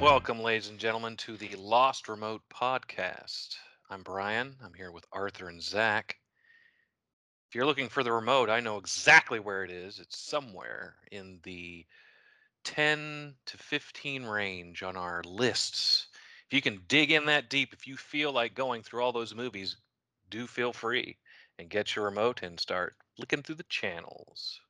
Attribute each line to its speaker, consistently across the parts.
Speaker 1: Welcome, ladies and gentlemen, to the Lost Remote Podcast. I'm Brian. I'm here with Arthur and Zach. If you're looking for the remote, I know exactly where it is. It's somewhere in the 10 to 15 range on our lists. If you can dig in that deep, if you feel like going through all those movies, do feel free and get your remote and start looking through the channels.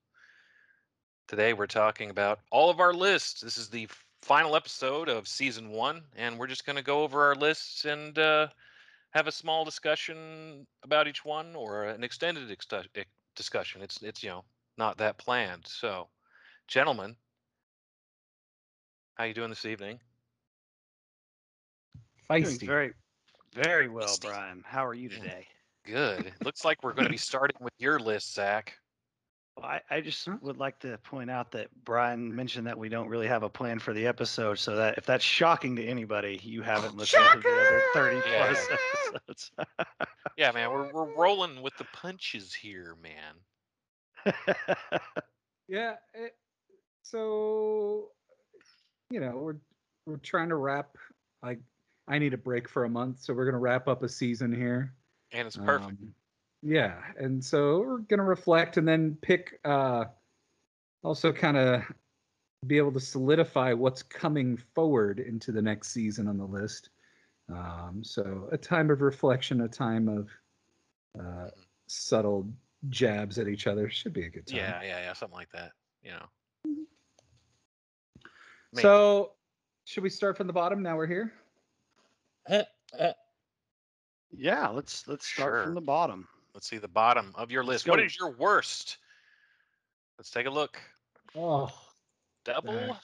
Speaker 1: Today we're talking about all of our lists. This is the final episode of season one, and we're just going to go over our lists and uh, have a small discussion about each one, or an extended extu- ex- discussion. It's it's you know not that planned. So, gentlemen, how you doing this evening?
Speaker 2: Doing
Speaker 3: Feisty.
Speaker 2: very, very well,
Speaker 1: Feisty.
Speaker 2: Brian. How are you
Speaker 1: Yeah.
Speaker 2: today?
Speaker 1: Good. It Looks like we're going to be starting with your list, Zach.
Speaker 2: Well, I, I just would like to point out that Brian mentioned that we don't really have a plan for the episode, so that if that's shocking to anybody, you haven't listened to the other 30 plus
Speaker 1: Yeah.
Speaker 2: episodes.
Speaker 1: Yeah, man, we're we're rolling with the punches here, man.
Speaker 4: Yeah. It, so, you know, we're we're trying to wrap. Like, I need a break for a month, so we're gonna wrap up a season here.
Speaker 1: And it's perfect.
Speaker 4: Um, yeah, and so we're gonna reflect and then pick. uh Also, kind of be able to solidify what's coming forward into the next season on the list. Um, so, a time of reflection, a time of uh, subtle jabs at each other should be a good time.
Speaker 1: yeah, yeah, yeah, something like that. You know. Maybe.
Speaker 4: So, should we start from the bottom? Now we're here.
Speaker 2: yeah, let's let's start
Speaker 1: Sure.
Speaker 2: from the bottom.
Speaker 1: Let's see the bottom of your
Speaker 2: Let's
Speaker 1: list. What
Speaker 2: go.
Speaker 1: is your worst? Let's take a look.
Speaker 4: Oh,
Speaker 1: Double
Speaker 4: Uh,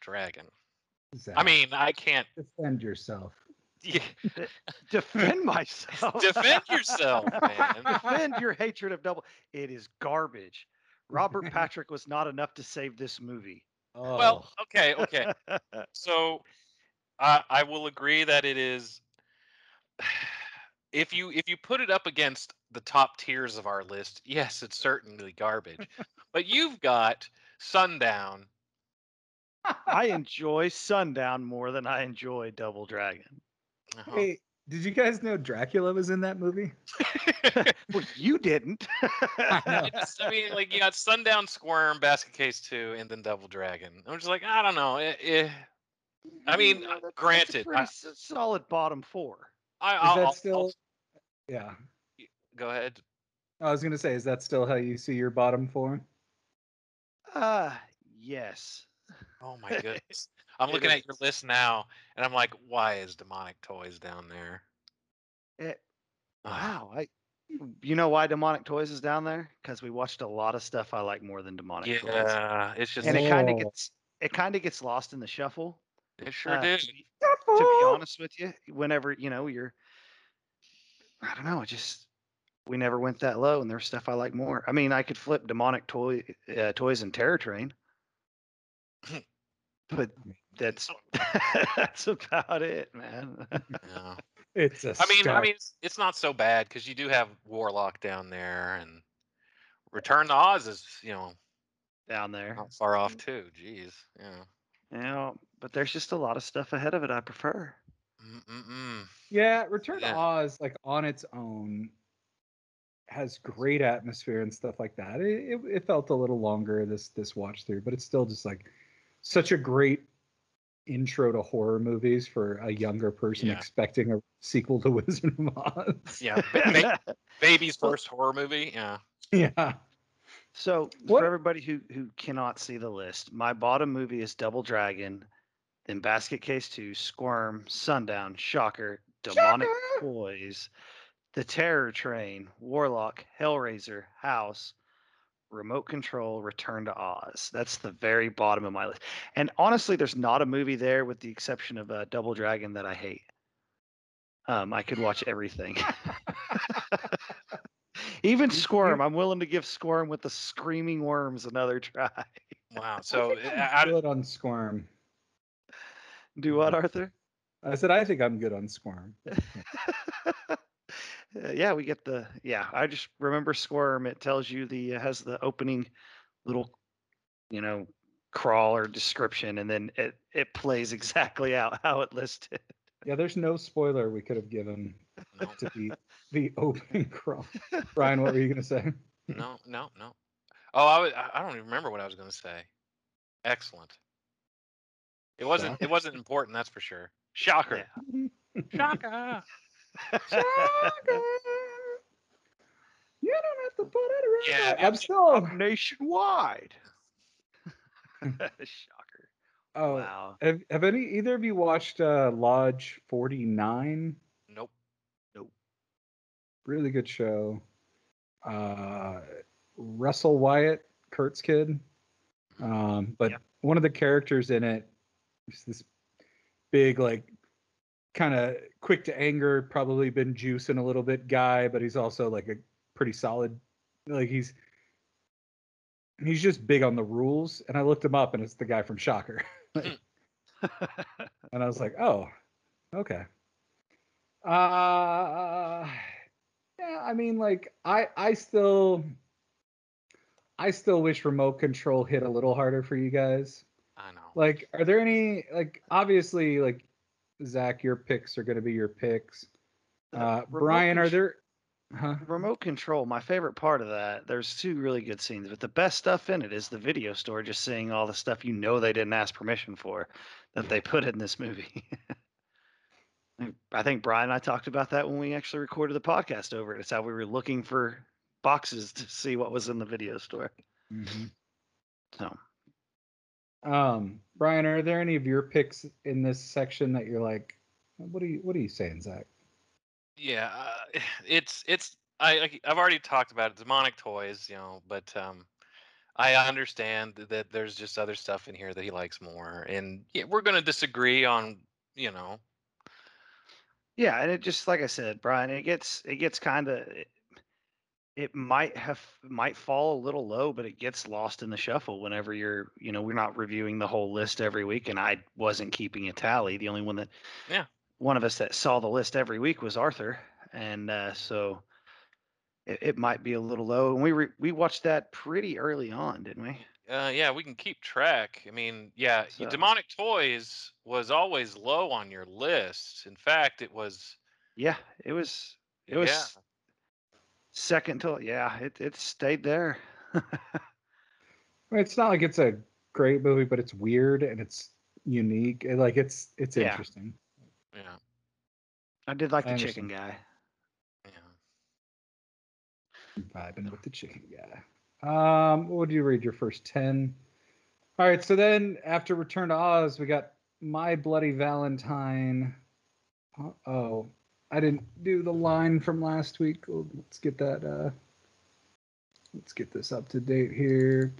Speaker 1: Dragon.
Speaker 4: Zach,
Speaker 1: I mean, I can't
Speaker 4: defend yourself.
Speaker 1: yeah,
Speaker 2: Defend myself.
Speaker 1: defend yourself, man.
Speaker 2: Defend your hatred of double. It is garbage. Robert Patrick was not enough to save this movie.
Speaker 4: Oh,
Speaker 1: Well, okay, okay. So I I will agree that it is if you if you put it up against the top tiers of our list, yes, it's certainly garbage. but you've got Sundown.
Speaker 4: Oh.
Speaker 2: I enjoy Sundown more than I enjoy Double Dragon.
Speaker 1: Uh-huh.
Speaker 4: hey, did you guys know Dracula was in that movie?
Speaker 2: Well, you didn't.
Speaker 4: know.
Speaker 1: it's, I mean, like you got Sundown Squirm, Basket Case Two, and then Double Dragon. I'm just like, I don't know. eh, eh. I mean,
Speaker 2: Yeah, that's-
Speaker 1: granted,
Speaker 2: that's a
Speaker 1: I-
Speaker 2: pretty s- solid bottom four.
Speaker 1: I,
Speaker 4: Is
Speaker 1: I'll,
Speaker 4: that
Speaker 1: I'll-
Speaker 4: still?
Speaker 1: I'll-
Speaker 4: yeah,
Speaker 1: go ahead.
Speaker 4: I was gonna say, is that still how you see your bottom form?
Speaker 2: Uh yes.
Speaker 1: Oh my goodness! I'm looking at your list now, and I'm like, why is Demonic Toys down there?
Speaker 2: Eh,
Speaker 1: Ah,
Speaker 2: wow, I. You know why Demonic Toys is down there? Because we watched a lot of stuff I like more than Demonic Toys,
Speaker 1: yeah, it's just
Speaker 2: and it kind
Speaker 4: Oh.
Speaker 2: of gets it kind of gets lost in the shuffle.
Speaker 1: it sure
Speaker 2: uh,
Speaker 1: did.
Speaker 2: To be, to be
Speaker 4: Oh.
Speaker 2: honest with you, whenever you know you're, I don't know, it just we never went that low, and there's stuff I like more. I mean, I could flip Demonic Toy uh, Toys and Terror Train, but that's that's about it, man.
Speaker 1: Yeah.
Speaker 4: It's a
Speaker 1: I mean, I
Speaker 4: stark-
Speaker 1: mean, it's, it's not so bad because you do have Warlock down there, and Return to Oz is you know
Speaker 2: down there.
Speaker 1: not far off too. Jeez, yeah.
Speaker 2: Yeah, but there's just a lot of stuff ahead of it I prefer.
Speaker 1: Mm-mm-mm.
Speaker 4: yeah, Return
Speaker 1: Yeah.
Speaker 4: to Oz, like on its own, has great atmosphere and stuff like that. It, it, it felt a little longer this this watch through, but it's still just like such a great intro to horror movies for a younger person
Speaker 1: Yeah.
Speaker 4: expecting a sequel to Wizard of Oz.
Speaker 1: Yeah, ba- ba- baby's first horror movie. Yeah.
Speaker 4: yeah.
Speaker 2: so
Speaker 4: What-
Speaker 2: for everybody who who cannot see the list, my bottom movie is Double Dragon, then Basket Case 2, Squirm, Sundown, Shocker, Demonic
Speaker 4: Shocker!
Speaker 2: Toys, The Terror Train, Warlock, Hellraiser, House, Remote Control, Return to Oz. That's the very bottom of my list. And honestly, there's not a movie there with the exception of uh, Double Dragon that I hate. Um, I could watch everything. Even Squirm, I'm willing to give Squirm with the Screaming Worms another try.
Speaker 1: Wow. So eh,
Speaker 4: I
Speaker 1: I, I-
Speaker 4: think I'm good on Squirm.
Speaker 2: Do what, Arthur?
Speaker 4: I said I think I'm good on Squirm.
Speaker 2: Uh, yeah, we get the yeah. I just remember Squirm. It tells you the it has the opening little, you know, crawler description, and then it it plays exactly out how it listed.
Speaker 4: Yeah, there's no spoiler we could have given
Speaker 1: No,
Speaker 4: to the the opening crawl. Brian, what were you gonna say?
Speaker 1: no, no, no. Oh, I was, I I don't even remember what I was going to say. Excellent. It wasn't. It wasn't important. That's for sure. Shocker. Shocker.
Speaker 4: You don't have to put it
Speaker 1: Yeah,
Speaker 4: around.
Speaker 1: yeah.
Speaker 4: I'm still.
Speaker 3: I'm nationwide.
Speaker 2: Shocker!
Speaker 4: Oh,
Speaker 2: Wow.
Speaker 4: have, have any either of you watched uh, Lodge 49?
Speaker 1: Nope.
Speaker 4: Really good show. Uh, Russell Wyatt, Kurt's kid. Um, but
Speaker 2: Yep.
Speaker 4: one of the characters in it is this big, like, kind of quick to anger, probably been juicing a little bit guy, but he's also like a pretty solid, like he's he's just big on the rules. And I looked him up, and it's the guy from Shocker. and I was like, oh, okay. Uh, yeah, I mean, like, I I still I still wish remote control hit a little harder for you guys.
Speaker 1: I know.
Speaker 4: Like, are there any like obviously like Zach, your picks are gonna be your picks. Uh,
Speaker 2: Remote
Speaker 4: Brian, are
Speaker 2: contr-
Speaker 4: there? Huh?
Speaker 2: remote control? My favorite part of that. There's two really good scenes, but the best stuff in it is the video store. Just seeing all the stuff you know they didn't ask permission for, that they put in this movie. I think Brian and I talked about that when we actually recorded the podcast over it. It's how we were looking for boxes to see what was in the video store. So
Speaker 4: Um, Brian, are there any of your picks in this section that you're like, what are you what are you saying, Zach?
Speaker 1: Yeah. Uh, it's it's. I like, I've already talked about it. Demonic toys, you know, but um, I understand that there's just other stuff in here that he likes more, and yeah, we're gonna disagree on, you know,
Speaker 2: Yeah, and it just like I said, Brian, it gets it gets kind of it, it might have might fall a little low, but it gets lost in the shuffle whenever you're, you know, we're not reviewing the whole list every week and I wasn't keeping a tally. The only one that
Speaker 1: Yeah.
Speaker 2: one of us that saw the list every week was Arthur, and uh so it, it might be a little low. And we re- we watched that pretty early on, didn't we?
Speaker 1: Uh, yeah, we can keep track. I mean, yeah, y-
Speaker 2: So-
Speaker 1: demonic toys was always low on your list. In fact, it was.
Speaker 2: Yeah, it was it was
Speaker 1: yeah,
Speaker 2: second to yeah, it it stayed there.
Speaker 4: I mean, it's not like it's a great movie, but it's weird and it's unique. and, Like it's it's
Speaker 2: Yeah.
Speaker 4: interesting.
Speaker 1: yeah,
Speaker 2: I did like
Speaker 4: I
Speaker 2: the chicken guy.
Speaker 1: yeah.
Speaker 4: Vibing with the chicken guy. Um, what would you read your first ten? All right, so then after Return to Oz, we got My Bloody Valentine. Uh oh, I didn't do the line from last week. Oh, Let's get that. Uh, let's get this up to date here.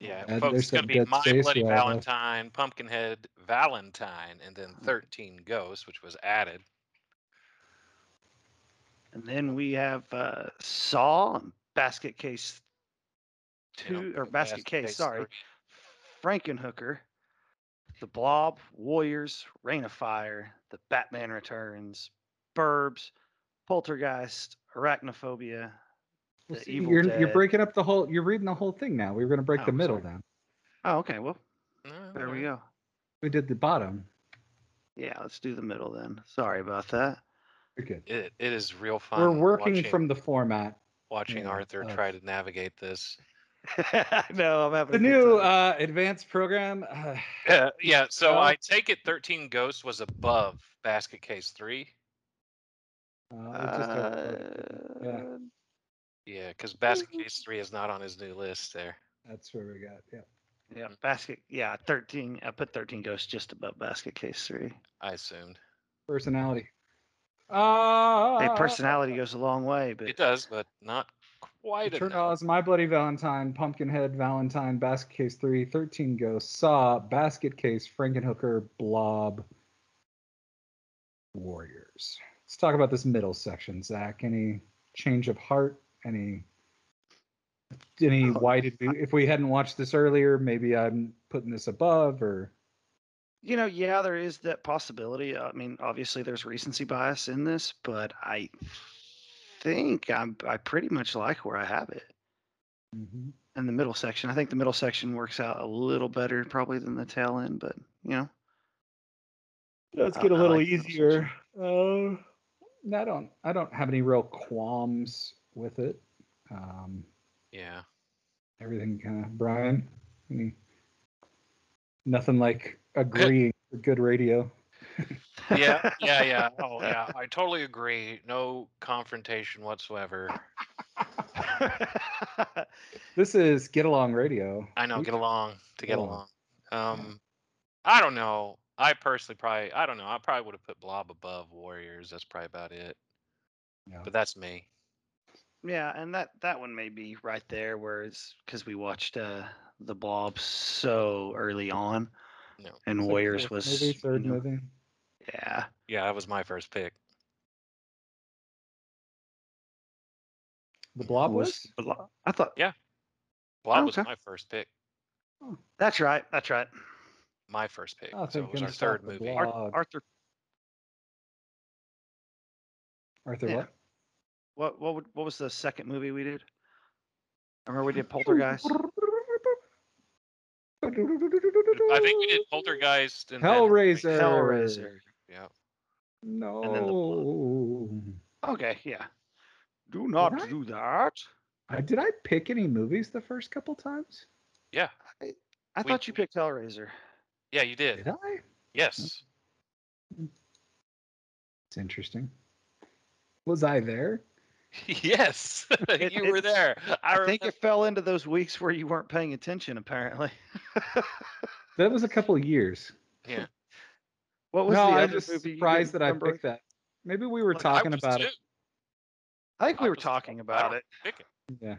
Speaker 1: Yeah,
Speaker 4: Uh,
Speaker 1: folks,
Speaker 4: there's
Speaker 1: it's gonna
Speaker 4: that
Speaker 1: be
Speaker 4: Dead
Speaker 1: My
Speaker 4: Space
Speaker 1: Bloody
Speaker 4: guy, huh?
Speaker 1: Valentine, Pumpkinhead Valentine, and
Speaker 4: Mm.
Speaker 1: then Thirteen Ghosts, which was added.
Speaker 2: And then we have uh, Saw and Basket Case
Speaker 1: you know,
Speaker 2: Two or
Speaker 1: the
Speaker 2: Basket Case, sorry,
Speaker 1: three.
Speaker 2: Frankenhooker, The Blob, Warriors, Rain of Fire, The Batman Returns, Burbs, Poltergeist, Arachnophobia.
Speaker 4: Well,
Speaker 2: The
Speaker 4: see,
Speaker 2: Evil
Speaker 4: you're you're
Speaker 2: Dead.
Speaker 4: breaking up the whole. You're reading the whole thing now. We were gonna break
Speaker 2: Oh,
Speaker 4: the middle
Speaker 2: sorry.
Speaker 4: down.
Speaker 2: Oh, okay. Well,
Speaker 1: No,
Speaker 2: there we
Speaker 1: no.
Speaker 2: go.
Speaker 4: We did the bottom.
Speaker 2: Oh, Yeah, let's do the middle then. Sorry about that.
Speaker 4: You're good.
Speaker 1: It, it is real fun.
Speaker 4: We're working
Speaker 1: watching,
Speaker 4: from the format.
Speaker 1: watching
Speaker 4: yeah,
Speaker 1: Arthur
Speaker 4: uh,
Speaker 1: try to navigate this.
Speaker 2: I know I'm having
Speaker 4: The
Speaker 2: a good
Speaker 4: new
Speaker 2: time.
Speaker 4: uh, advanced program. Uh,
Speaker 1: Yeah, yeah. So
Speaker 4: Well-
Speaker 1: I take it Thirteen Ghosts was above Basket Case Three.
Speaker 4: uh, it just overloaded. yeah.
Speaker 2: Uh,
Speaker 1: Yeah, because Basket
Speaker 4: Mm-hmm.
Speaker 1: Case Three is not on his new list there.
Speaker 4: That's where we got. Yeah.
Speaker 2: Yeah, basket. Yeah, thirteen. I put thirteen ghosts just above basket case three.
Speaker 1: I assumed
Speaker 4: Personality. Uh,
Speaker 2: Hey, personality goes a long way, but
Speaker 1: it does, but not quite
Speaker 4: Return to
Speaker 1: enough.
Speaker 4: Oz, uh, My Bloody Valentine, Pumpkinhead, Valentine, Basket Case 3, 13 Ghosts, Saw, Basket Case, Frankenhooker, Blob, Warriors. Let's talk about this middle section, Zach. Any change of heart? Any. Any, why did we, if we hadn't watched this earlier, maybe I'm putting this above or.
Speaker 2: you know, yeah, there is that possibility. I mean, obviously, there's recency bias in this, but I think I'm I pretty much like where I have it.
Speaker 4: Mhm.
Speaker 2: and the middle section. I think the middle section works out a little better probably than the tail end, but you know.
Speaker 3: Let's
Speaker 2: I-
Speaker 3: get a
Speaker 2: I
Speaker 3: little
Speaker 2: like the middle
Speaker 3: easier. Uh,
Speaker 4: No, I don't. I don't have any real qualms with it. Um,
Speaker 1: Yeah.
Speaker 4: everything kind of Brian. Any, nothing like agreeing for good radio.
Speaker 1: Yeah. Yeah. Yeah. Oh, yeah. I totally agree. No confrontation whatsoever.
Speaker 4: This is get along radio.
Speaker 1: I know.
Speaker 4: We-
Speaker 1: Get along to get
Speaker 4: Yeah.
Speaker 1: along. Um, I don't know. I personally probably I don't know. I probably would have put Blob above Warriors. That's probably about it.
Speaker 4: Yeah.
Speaker 1: But that's me.
Speaker 2: yeah, and that that one may be right there whereas cuz we watched uh The Blob so early on
Speaker 1: No.
Speaker 2: and
Speaker 4: It's like
Speaker 2: Warriors
Speaker 4: fourth
Speaker 2: was
Speaker 4: movie, third
Speaker 2: you know,
Speaker 4: movie.
Speaker 2: Yeah.
Speaker 1: Yeah, that was my first pick.
Speaker 4: The Blob
Speaker 2: Was
Speaker 4: was.
Speaker 2: The Blob- I thought
Speaker 1: Blob was
Speaker 2: Okay.
Speaker 1: my first pick.
Speaker 2: that's right. That's right.
Speaker 1: My first pick.
Speaker 4: I
Speaker 1: so
Speaker 4: think
Speaker 1: it was
Speaker 4: gonna
Speaker 1: our
Speaker 4: stop
Speaker 1: third
Speaker 4: the
Speaker 1: movie.
Speaker 4: Blob.
Speaker 2: Ar-
Speaker 4: Dog.
Speaker 2: Arthur
Speaker 4: Arthur,
Speaker 2: Yeah.
Speaker 4: what?
Speaker 2: what what would, what was the second movie we did? I remember we did Poltergeist.
Speaker 1: I think we did Poltergeist and then-
Speaker 4: Hellraiser.
Speaker 2: Hellraiser.
Speaker 1: Yeah.
Speaker 4: No.
Speaker 2: then the Okay, yeah. Do not
Speaker 4: I?
Speaker 2: do that.
Speaker 4: I, did I pick any movies the first couple times?
Speaker 1: Yeah.
Speaker 2: I
Speaker 1: We-
Speaker 2: thought you picked Hellraiser.
Speaker 1: Yeah, you did.
Speaker 4: Did I?
Speaker 1: Yes.
Speaker 4: It's interesting. Was I there?
Speaker 1: yes.
Speaker 2: It-
Speaker 1: you were
Speaker 2: it's-
Speaker 1: there. I,
Speaker 2: I think
Speaker 1: remember-
Speaker 2: it fell into those weeks where you weren't paying attention. Apparently,
Speaker 4: That was a couple of years.
Speaker 1: yeah.
Speaker 2: what was
Speaker 4: no,
Speaker 2: the
Speaker 4: I'm
Speaker 2: other
Speaker 4: just
Speaker 2: movie you
Speaker 4: surprised
Speaker 2: didn't
Speaker 4: that I
Speaker 2: remember?
Speaker 4: picked that. Maybe we were
Speaker 2: Look, I
Speaker 4: talking
Speaker 1: I was
Speaker 4: about
Speaker 1: too.
Speaker 4: it.
Speaker 2: I think
Speaker 1: I
Speaker 2: we were
Speaker 1: was- I
Speaker 2: talking about
Speaker 1: don't
Speaker 2: it.
Speaker 1: Pick it.
Speaker 4: Yeah.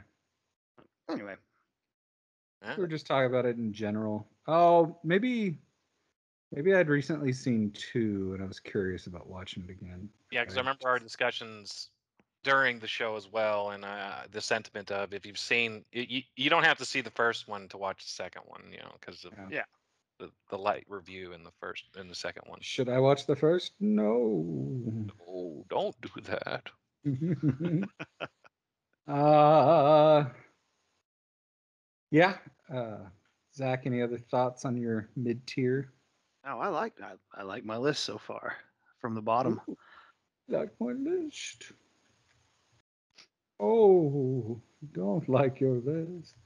Speaker 2: Anyway,
Speaker 1: Yeah.
Speaker 4: We were just talking about it in general. Oh, maybe maybe I'd recently seen two and I was curious about watching it again.
Speaker 1: Yeah, because I
Speaker 4: Okay.
Speaker 1: remember our discussions during the show as well, and uh, the sentiment of if you've seen, you, you don't have to see the first one to watch the second one, you know, because of
Speaker 4: Yeah.
Speaker 2: Yeah.
Speaker 1: the, the light review in the first in the second one.
Speaker 4: Should I watch the first? No.
Speaker 1: Oh, don't do that.
Speaker 4: uh, yeah. Uh, Zach, any other thoughts on your mid tier?
Speaker 2: no, oh, I like I, I like my list so far from the bottom.
Speaker 4: Like my list. Oh, don't like your list.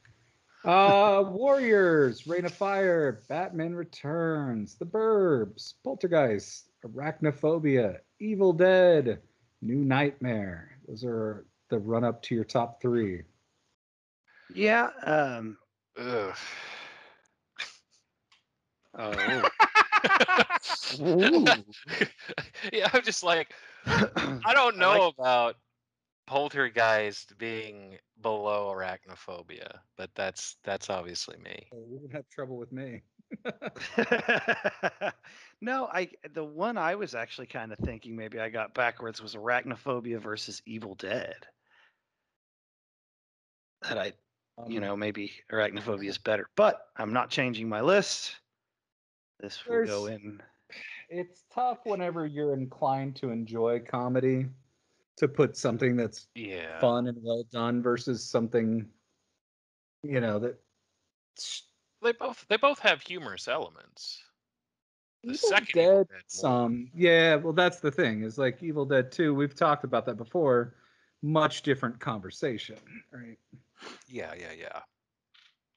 Speaker 4: Uh, Warriors, Rain of Fire, Batman Returns, The Burbs, Poltergeist, Arachnophobia, Evil Dead, New Nightmare. Those are the run up to your top three.
Speaker 2: Yeah. Um.
Speaker 1: Ugh.
Speaker 2: Oh.
Speaker 1: yeah, I'm just like I don't know about poltergeist being below arachnophobia, but that's that's obviously me.
Speaker 4: Oh, you're gonna have trouble with me.
Speaker 2: no, I the one I was actually kind of thinking maybe I got backwards was Arachnophobia versus Evil Dead. That I
Speaker 4: Um,
Speaker 2: you know, maybe arachnophobia is better, but I'm not changing my list. This will go
Speaker 4: There's-
Speaker 2: in.
Speaker 4: it's tough whenever you're inclined to enjoy comedy to put something that's
Speaker 1: Yeah.
Speaker 4: fun and well done versus something you know that
Speaker 1: They both they both have humorous elements. The
Speaker 4: Evil
Speaker 1: second Evil
Speaker 4: Dead
Speaker 1: Dead more.
Speaker 4: some yeah well that's the thing is like Evil Dead 2 we've talked about that before much different conversation right
Speaker 1: Yeah, yeah, yeah.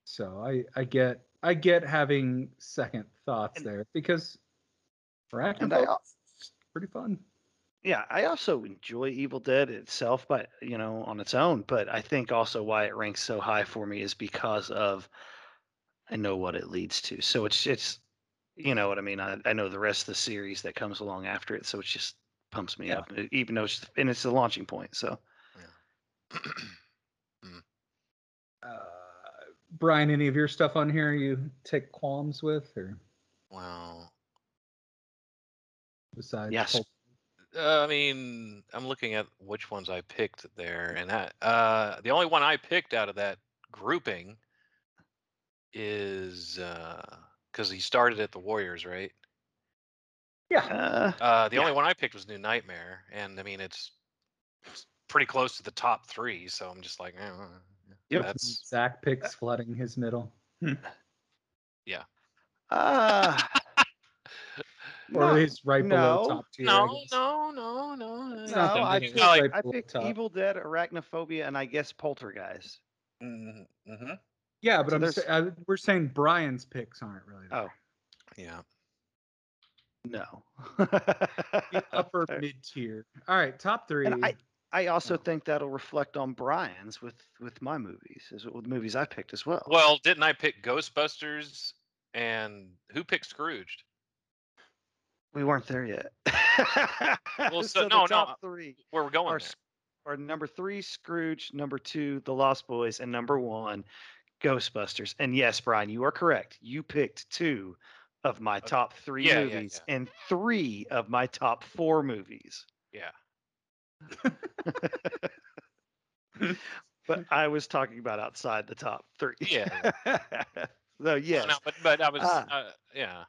Speaker 4: so I I get I get having second thoughts
Speaker 2: And-
Speaker 4: there because
Speaker 2: And I,
Speaker 4: Arachnophobia
Speaker 2: al-
Speaker 4: is pretty fun
Speaker 2: yeah, I also enjoy Evil Dead itself, but you know, on its own. But I think also why it ranks so high for me is because of I know what it leads to. So it's it's you know what I mean. I, I know the rest of the series that comes along after it. So it just pumps me
Speaker 4: Yeah.
Speaker 2: up, e- even though it's and it's the launching point. So
Speaker 4: uh Brian any of your stuff on here you take qualms with or
Speaker 1: Wow.
Speaker 4: besides
Speaker 2: Yes.
Speaker 4: Pulp-
Speaker 1: Uh, I mean, I'm looking at which ones I picked there, and that uh, the only one I picked out of that grouping is because he started at the Warriors, right?
Speaker 4: yeah
Speaker 2: uh,
Speaker 1: Uh, the
Speaker 2: Yeah.
Speaker 1: only one I picked was New Nightmare, and I mean it's, it's pretty close to the top three, so I'm just like, eh, eh, eh.
Speaker 2: Yep.
Speaker 1: That's
Speaker 4: Zach picks flooding his middle.
Speaker 2: Uh,
Speaker 4: Or
Speaker 2: no,
Speaker 4: he's right below
Speaker 2: no,
Speaker 4: top tier. I
Speaker 1: no,
Speaker 4: guess.
Speaker 1: no, no, no.
Speaker 2: no, I,
Speaker 4: Something
Speaker 2: picked,
Speaker 4: is right
Speaker 2: I
Speaker 4: below
Speaker 2: picked
Speaker 4: top.
Speaker 2: Evil Dead, Arachnophobia, and I guess Poltergeist.
Speaker 1: Mm-hmm.
Speaker 4: Yeah, but
Speaker 2: So
Speaker 4: I'm
Speaker 2: there's-
Speaker 4: sa- I, we're saying Brian's picks aren't really.
Speaker 2: Oh,
Speaker 1: Yeah.
Speaker 2: no.
Speaker 4: The upper mid tier. All right, top three.
Speaker 2: And I- I also think that'll reflect on Brian's with with my movies, is with movies I picked as well.
Speaker 1: Well, didn't I pick Ghostbusters? And who picked Scrooged?
Speaker 2: we weren't there yet.
Speaker 1: so-
Speaker 2: the
Speaker 1: no, no,
Speaker 2: top three
Speaker 1: Where we're going?
Speaker 2: are,
Speaker 1: there?
Speaker 2: Sc- are number three Scrooge, number two The Lost Boys, and number one Ghostbusters. And yes, Brian, you are correct. You picked two of my
Speaker 1: Okay.
Speaker 2: top three
Speaker 1: Yeah, yeah,
Speaker 2: movies and three of my top four movies.
Speaker 1: Yeah.
Speaker 2: But I was talking about outside the top three.
Speaker 1: Yeah.
Speaker 2: so yes,
Speaker 1: No, but but I was
Speaker 2: Ah.
Speaker 1: uh, yeah.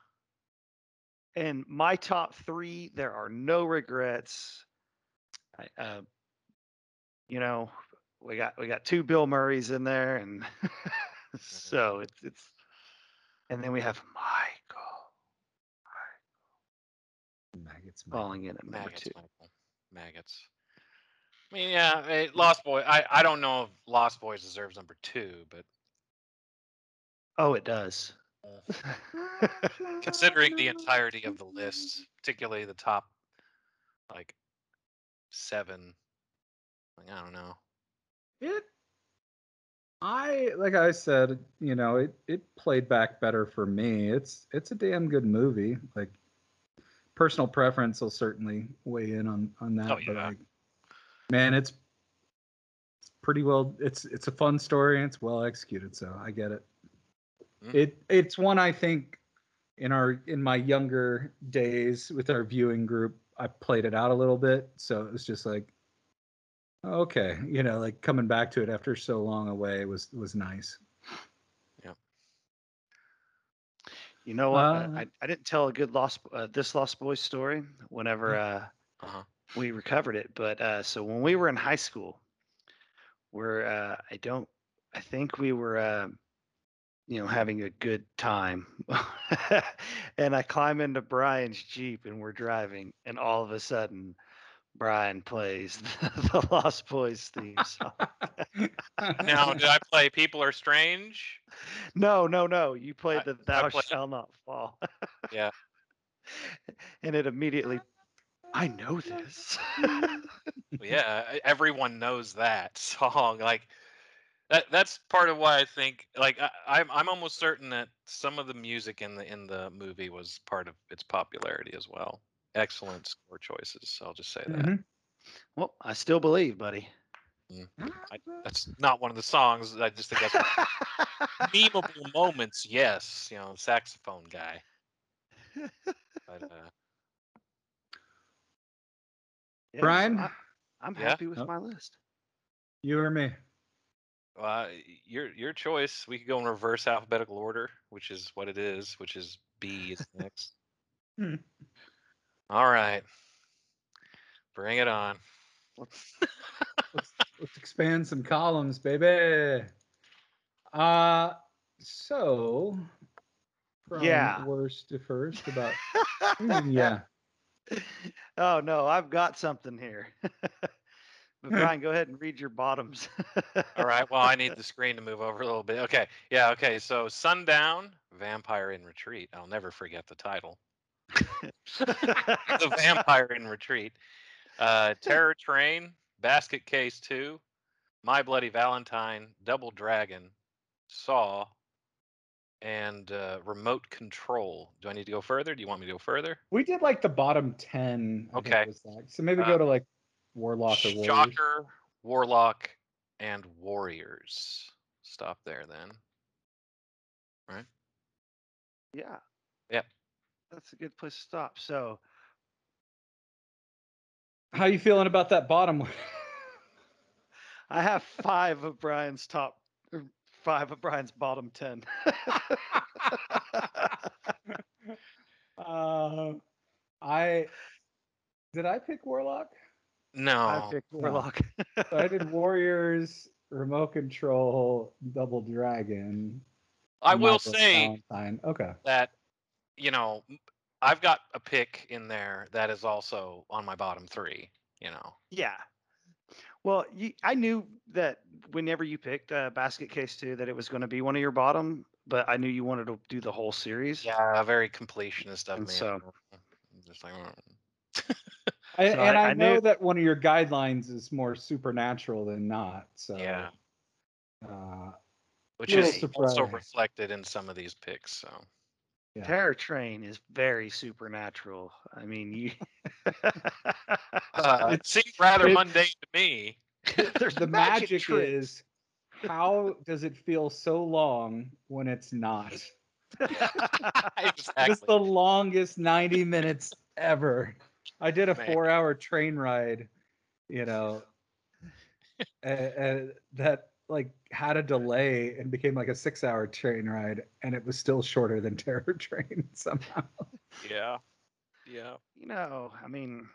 Speaker 2: and my top three there are no regrets I, uh, you know we got we got two bill murrays in there and
Speaker 1: Mm-hmm.
Speaker 2: so it's it's and then we have michael
Speaker 4: Maggots, Mike.
Speaker 2: falling in at number
Speaker 1: Maggots,
Speaker 2: two
Speaker 1: Michael. Maggots. I mean, yeah, eh, Lost Boy. I, I don't know if Lost Boys deserves number two, but
Speaker 2: oh it does
Speaker 1: uh, considering the entirety of the list, particularly the top like seven, like I don't know.
Speaker 4: It. I like I said, you know, it it played back better for me. It's it's a damn good movie. Like personal preference will certainly weigh in on on that.
Speaker 1: Oh,
Speaker 4: But
Speaker 1: yeah.
Speaker 4: like, man, it's it's pretty well. It's it's a fun story and it's well executed. So I get it.
Speaker 1: Mm.
Speaker 4: It it's one I think in our in my younger days with our viewing group, I played it out a little bit. So it was just like, okay, you know, like coming back to it after so long away was was nice.
Speaker 2: you know what I-
Speaker 4: Uh,
Speaker 2: I, I didn't tell a good lost uh, this lost boy story whenever uh
Speaker 1: Uh-huh.
Speaker 2: we recovered it. But uh, so when we were in high school, we're uh, I don't I think we were uh, you know having a good time, and I climb into Brian's jeep and we're driving, and all of a sudden. Brian plays the, Lost Boys theme song.
Speaker 1: Now, did I play People Are Strange?
Speaker 2: No, no, no. You played
Speaker 1: I-
Speaker 2: the Thou
Speaker 1: play-
Speaker 2: Shall Not Fall.
Speaker 1: Yeah.
Speaker 2: And it immediately, I know this.
Speaker 1: Well, yeah, e- everyone knows that song. Like that that's part of why I think like I, I'm I'm almost certain that some of the music in the in the movie was part of its popularity as well. Excellent score choices. I'll just say that.
Speaker 4: Mhm.
Speaker 2: well, I still believe, buddy.
Speaker 1: Mm-hmm. That's not one of the songs. I just think that's memeable moments. Yes, you know, saxophone guy. But uh,
Speaker 2: Yeah, so
Speaker 4: Brian,
Speaker 2: I, am
Speaker 1: Yeah?
Speaker 2: happy with
Speaker 4: Nope.
Speaker 2: my list.
Speaker 4: you or me?
Speaker 1: uh, your your choice. We could go in reverse alphabetical order, which is what it is. Which is B is next.
Speaker 4: Hmm.
Speaker 1: All right, bring it on.
Speaker 4: let's, let's expand some columns, baby. Uh so from
Speaker 2: Yeah.
Speaker 4: worst to first about Mm, yeah.
Speaker 2: Oh no, I've got something here. but Brian, go ahead and read your bottoms.
Speaker 1: All right. Well, I need the screen to move over a little bit. Okay. Yeah. Okay. So Sundown, Vampire in Retreat. I'll never forget the title. the Vampire in Retreat, uh, Terror Train, Basket Case 2, My Bloody Valentine, Double Dragon, Saw, and uh, Remote Control. Do I need to go further? Do you want me to go further?
Speaker 4: We did like the bottom ten. I think
Speaker 1: Okay.
Speaker 4: was that. So maybe
Speaker 1: Uh,
Speaker 4: go to like Warlock or Warrior.
Speaker 1: Shocker, Warlock, and Warriors. Stop there then.
Speaker 2: yeah.
Speaker 1: Yep.
Speaker 2: That's a good place to stop. So
Speaker 4: How you feeling about that bottom one?
Speaker 2: I have five of Brian's top er, five of Brian's bottom ten.
Speaker 4: Uh, I did I pick Warlock?
Speaker 1: No.
Speaker 2: I picked Warlock.
Speaker 4: So I did Warriors, remote control double dragon.
Speaker 1: I will
Speaker 4: Michael
Speaker 1: say
Speaker 4: Valentine. Okay.
Speaker 1: that you know I've got a pick in there that is also on my bottom three. You know,
Speaker 2: Yeah. Well, you, I knew that whenever you picked uh, Basket Case 2 that it was going to be one of your bottom, but I knew you wanted to do the whole series.
Speaker 1: yeah, very completionist of
Speaker 2: And
Speaker 1: me.
Speaker 2: so-
Speaker 1: just like, mm.
Speaker 4: I, and
Speaker 2: So I-
Speaker 4: I,
Speaker 2: I
Speaker 4: know
Speaker 2: knew-
Speaker 4: that one of your guidelines is more supernatural than not. So
Speaker 1: Yeah.
Speaker 4: Uh,
Speaker 1: which
Speaker 4: Little
Speaker 1: is also
Speaker 4: surprise.
Speaker 1: reflected in some of these picks. So
Speaker 4: Yeah.
Speaker 2: Terror Train is very supernatural. I mean, you
Speaker 1: uh, it
Speaker 4: It's-
Speaker 1: seemed rather
Speaker 4: it-
Speaker 1: mundane to me.
Speaker 2: there's
Speaker 4: the magic, is how does it feel so long when it's not? It's
Speaker 1: exactly.
Speaker 4: the longest 90 minutes ever. I did a
Speaker 1: Man.
Speaker 4: four hour train ride, you know, uh, uh, that like had a delay and became like a six hour train ride, and it was still shorter than Terror Train somehow.
Speaker 1: Yeah. Yeah.
Speaker 2: you know, I mean,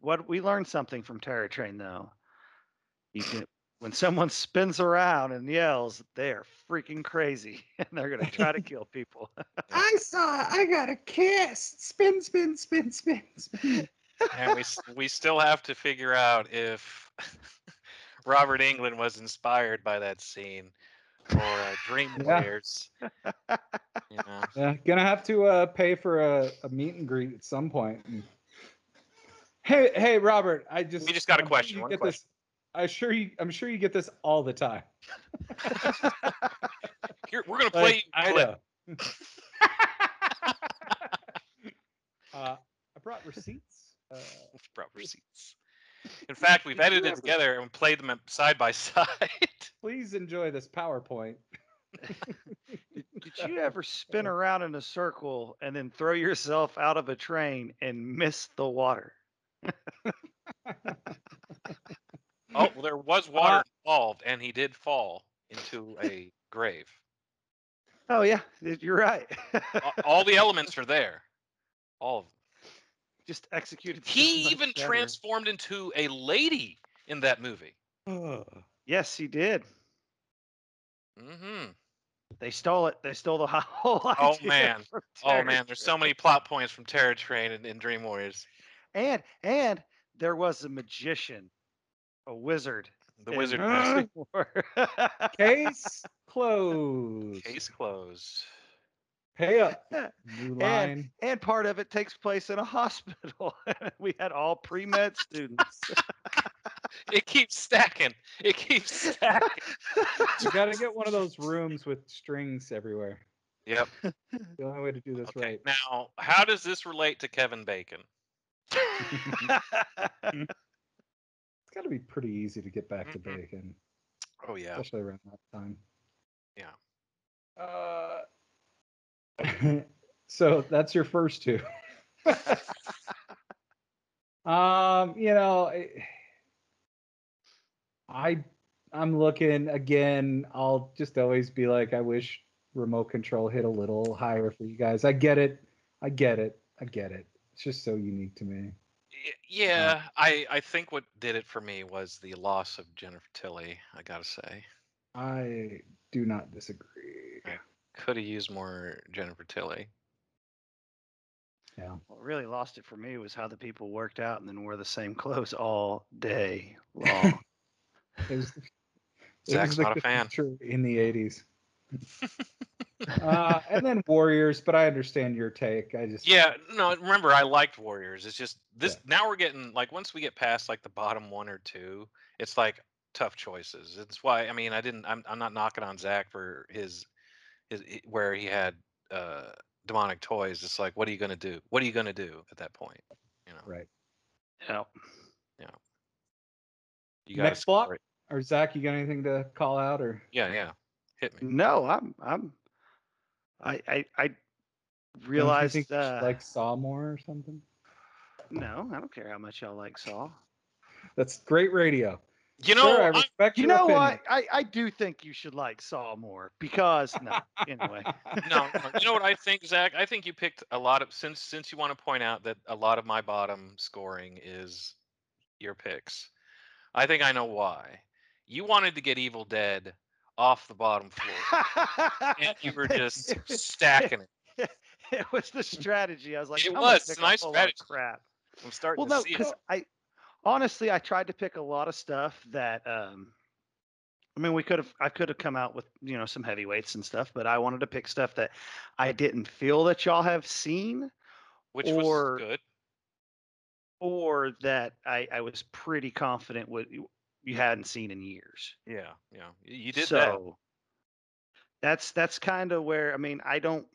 Speaker 2: what we learned something from Terror Train though. You can, when someone spins around and yells, they're freaking crazy and they're going to try to kill people.
Speaker 4: I saw, I got a kiss. Spin, spin, spin, spin, spin.
Speaker 1: And we s- we still have to figure out if Robert England was inspired by that scene or uh, Dream
Speaker 4: Yeah.
Speaker 1: Warriors. You know.
Speaker 4: Yeah, gonna have to uh, pay for a, a meet and greet at some point. Hey, hey, Robert, I just
Speaker 1: We just got a
Speaker 4: I'm sure
Speaker 1: question,
Speaker 4: you
Speaker 1: one
Speaker 4: get this- I sure you, I'm sure you get this all the time.
Speaker 1: Here, we're gonna play.
Speaker 4: Like, I
Speaker 1: clip.
Speaker 4: know. uh, I brought receipts. Uh,
Speaker 1: Brought receipts. In fact, we've edited
Speaker 4: Whatever.
Speaker 1: together and played them side by side.
Speaker 4: please enjoy this PowerPoint.
Speaker 2: Did you ever spin around in a circle and then throw yourself out of a train and miss the water?
Speaker 1: Oh, well, there was water involved, and he did fall into a grave.
Speaker 2: Oh yeah, you're right.
Speaker 1: A- All the elements are there. All of them.
Speaker 2: Just executed. so
Speaker 1: He
Speaker 2: much
Speaker 1: even
Speaker 2: better.
Speaker 1: transformed into a lady in that movie.
Speaker 2: Yes, he did.
Speaker 1: hmm
Speaker 2: They stole it. They stole the whole.
Speaker 1: Oh,
Speaker 2: idea
Speaker 1: man.
Speaker 2: from
Speaker 1: Oh
Speaker 2: Terror
Speaker 1: man, there's
Speaker 2: Train.
Speaker 1: so many plot points from Terror Train and, and Dream Warriors.
Speaker 2: And and there was a magician, a wizard.
Speaker 1: The
Speaker 2: in
Speaker 1: Wizard
Speaker 4: Huh?
Speaker 1: Master.
Speaker 2: Mystic War.
Speaker 4: Case closed.
Speaker 1: Case closed.
Speaker 4: Pay up. New line.
Speaker 2: and part of it takes place in a hospital. we had all pre med students.
Speaker 1: It keeps stacking. It keeps stacking.
Speaker 4: You gotta get one of those rooms with strings everywhere.
Speaker 1: Yep.
Speaker 4: The only way to do this
Speaker 1: Okay.
Speaker 4: right.
Speaker 1: Now, how does this relate to Kevin Bacon?
Speaker 4: It's got to be pretty easy to get back to
Speaker 1: Mhm.
Speaker 4: bacon,
Speaker 1: Oh yeah.
Speaker 4: especially around that time.
Speaker 1: Yeah.
Speaker 4: Uh, so that's your first two. um, you know, I- I I'm looking again. I'll just always be like, I wish remote control hit a little higher for you guys. I get it. I get it. I get it. It's just so unique to me.
Speaker 1: Y- Yeah, I I think what did it for me was the loss of Jennifer Tilly. I gotta say,
Speaker 4: I do not disagree.
Speaker 1: could have used more Jennifer Tilly.
Speaker 2: what really lost it for me was how the people worked out and then wore the same clothes all day long.
Speaker 4: It was, it
Speaker 1: Zach's
Speaker 4: was like
Speaker 1: not a
Speaker 4: the
Speaker 1: fan.
Speaker 4: future in the eighties. uh, and then Warriors, but I understand your take. I just
Speaker 1: Yeah, no. Remember, I liked Warriors. It's just this. Now we're getting like once we get past like the bottom one or two, it's like tough choices. It's why I mean I didn't. I'm I'm not knocking on Zach for his his i- where he had uh demonic toys. It's like what are you gonna do? What are you gonna do at that point? You know,
Speaker 4: right.
Speaker 2: you know,
Speaker 1: you gotta
Speaker 4: Next block?
Speaker 1: score it.
Speaker 4: Or Zach, you got anything to call out or
Speaker 1: Yeah, yeah. Hit me.
Speaker 2: no, I'm I'm I I, I realized
Speaker 4: Don't you think you should
Speaker 2: uh,
Speaker 4: like Saw more or something?
Speaker 2: no, I don't care how much y'all like Saw.
Speaker 4: That's great radio.
Speaker 1: You know,
Speaker 4: Sir, I
Speaker 1: I'm-
Speaker 4: respect
Speaker 2: You
Speaker 4: your
Speaker 2: know
Speaker 4: opinion.
Speaker 2: what? I, I do think you should like Saw more because no. Anyway,
Speaker 1: no, no. you know what I think, Zach? I think you picked a lot of since since you want to point out that a lot of my bottom scoring is your picks. I think I know why. You wanted to get Evil Dead off the bottom floor, and you were just stacking it.
Speaker 2: it was the strategy. I was like,
Speaker 1: It
Speaker 2: I'm gonna
Speaker 1: was,
Speaker 2: pick
Speaker 1: it's a
Speaker 2: a
Speaker 1: nice
Speaker 2: whole lot of
Speaker 1: strategy.
Speaker 2: crap.
Speaker 1: I'm starting
Speaker 2: Well, no,
Speaker 1: to see it.
Speaker 2: because I honestly I tried to pick a lot of stuff that um I mean we could have I could have come out with you know some heavyweights and stuff, but I wanted to pick stuff that I didn't feel that y'all have seen
Speaker 1: which
Speaker 2: or-
Speaker 1: was good.
Speaker 2: or that I, I was pretty confident what you you hadn't seen in years.
Speaker 1: Yeah, yeah. You- You did
Speaker 2: so,
Speaker 1: that.
Speaker 2: That's that's kind of where I mean I don't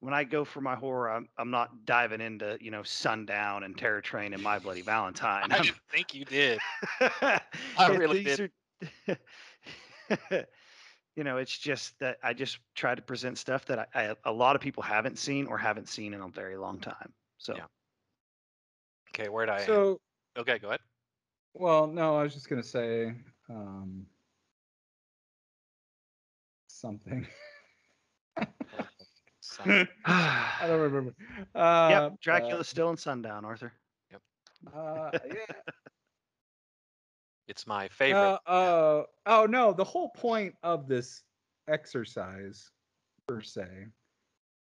Speaker 2: when I go for my horror I'm I'm not diving into you know Sundown and Terror Train and My Bloody Valentine.
Speaker 1: I
Speaker 2: I'm-
Speaker 1: didn't think you did.
Speaker 2: I
Speaker 1: really
Speaker 2: you know, it's just that I just try to present stuff that I, I a lot of people haven't seen or haven't seen in a very long time. So
Speaker 1: Yeah. Okay, where'd I?
Speaker 4: so
Speaker 1: okay, go ahead.
Speaker 4: Well, no, I was just gonna say um, something.
Speaker 1: Son-
Speaker 4: I don't remember.
Speaker 2: yep,
Speaker 4: Uh,
Speaker 2: Dracula's still in Sundown, Arthur.
Speaker 4: Uh, uh, yeah.
Speaker 1: It's my favorite.
Speaker 4: Uh, uh, oh no, the whole point of this exercise, per se,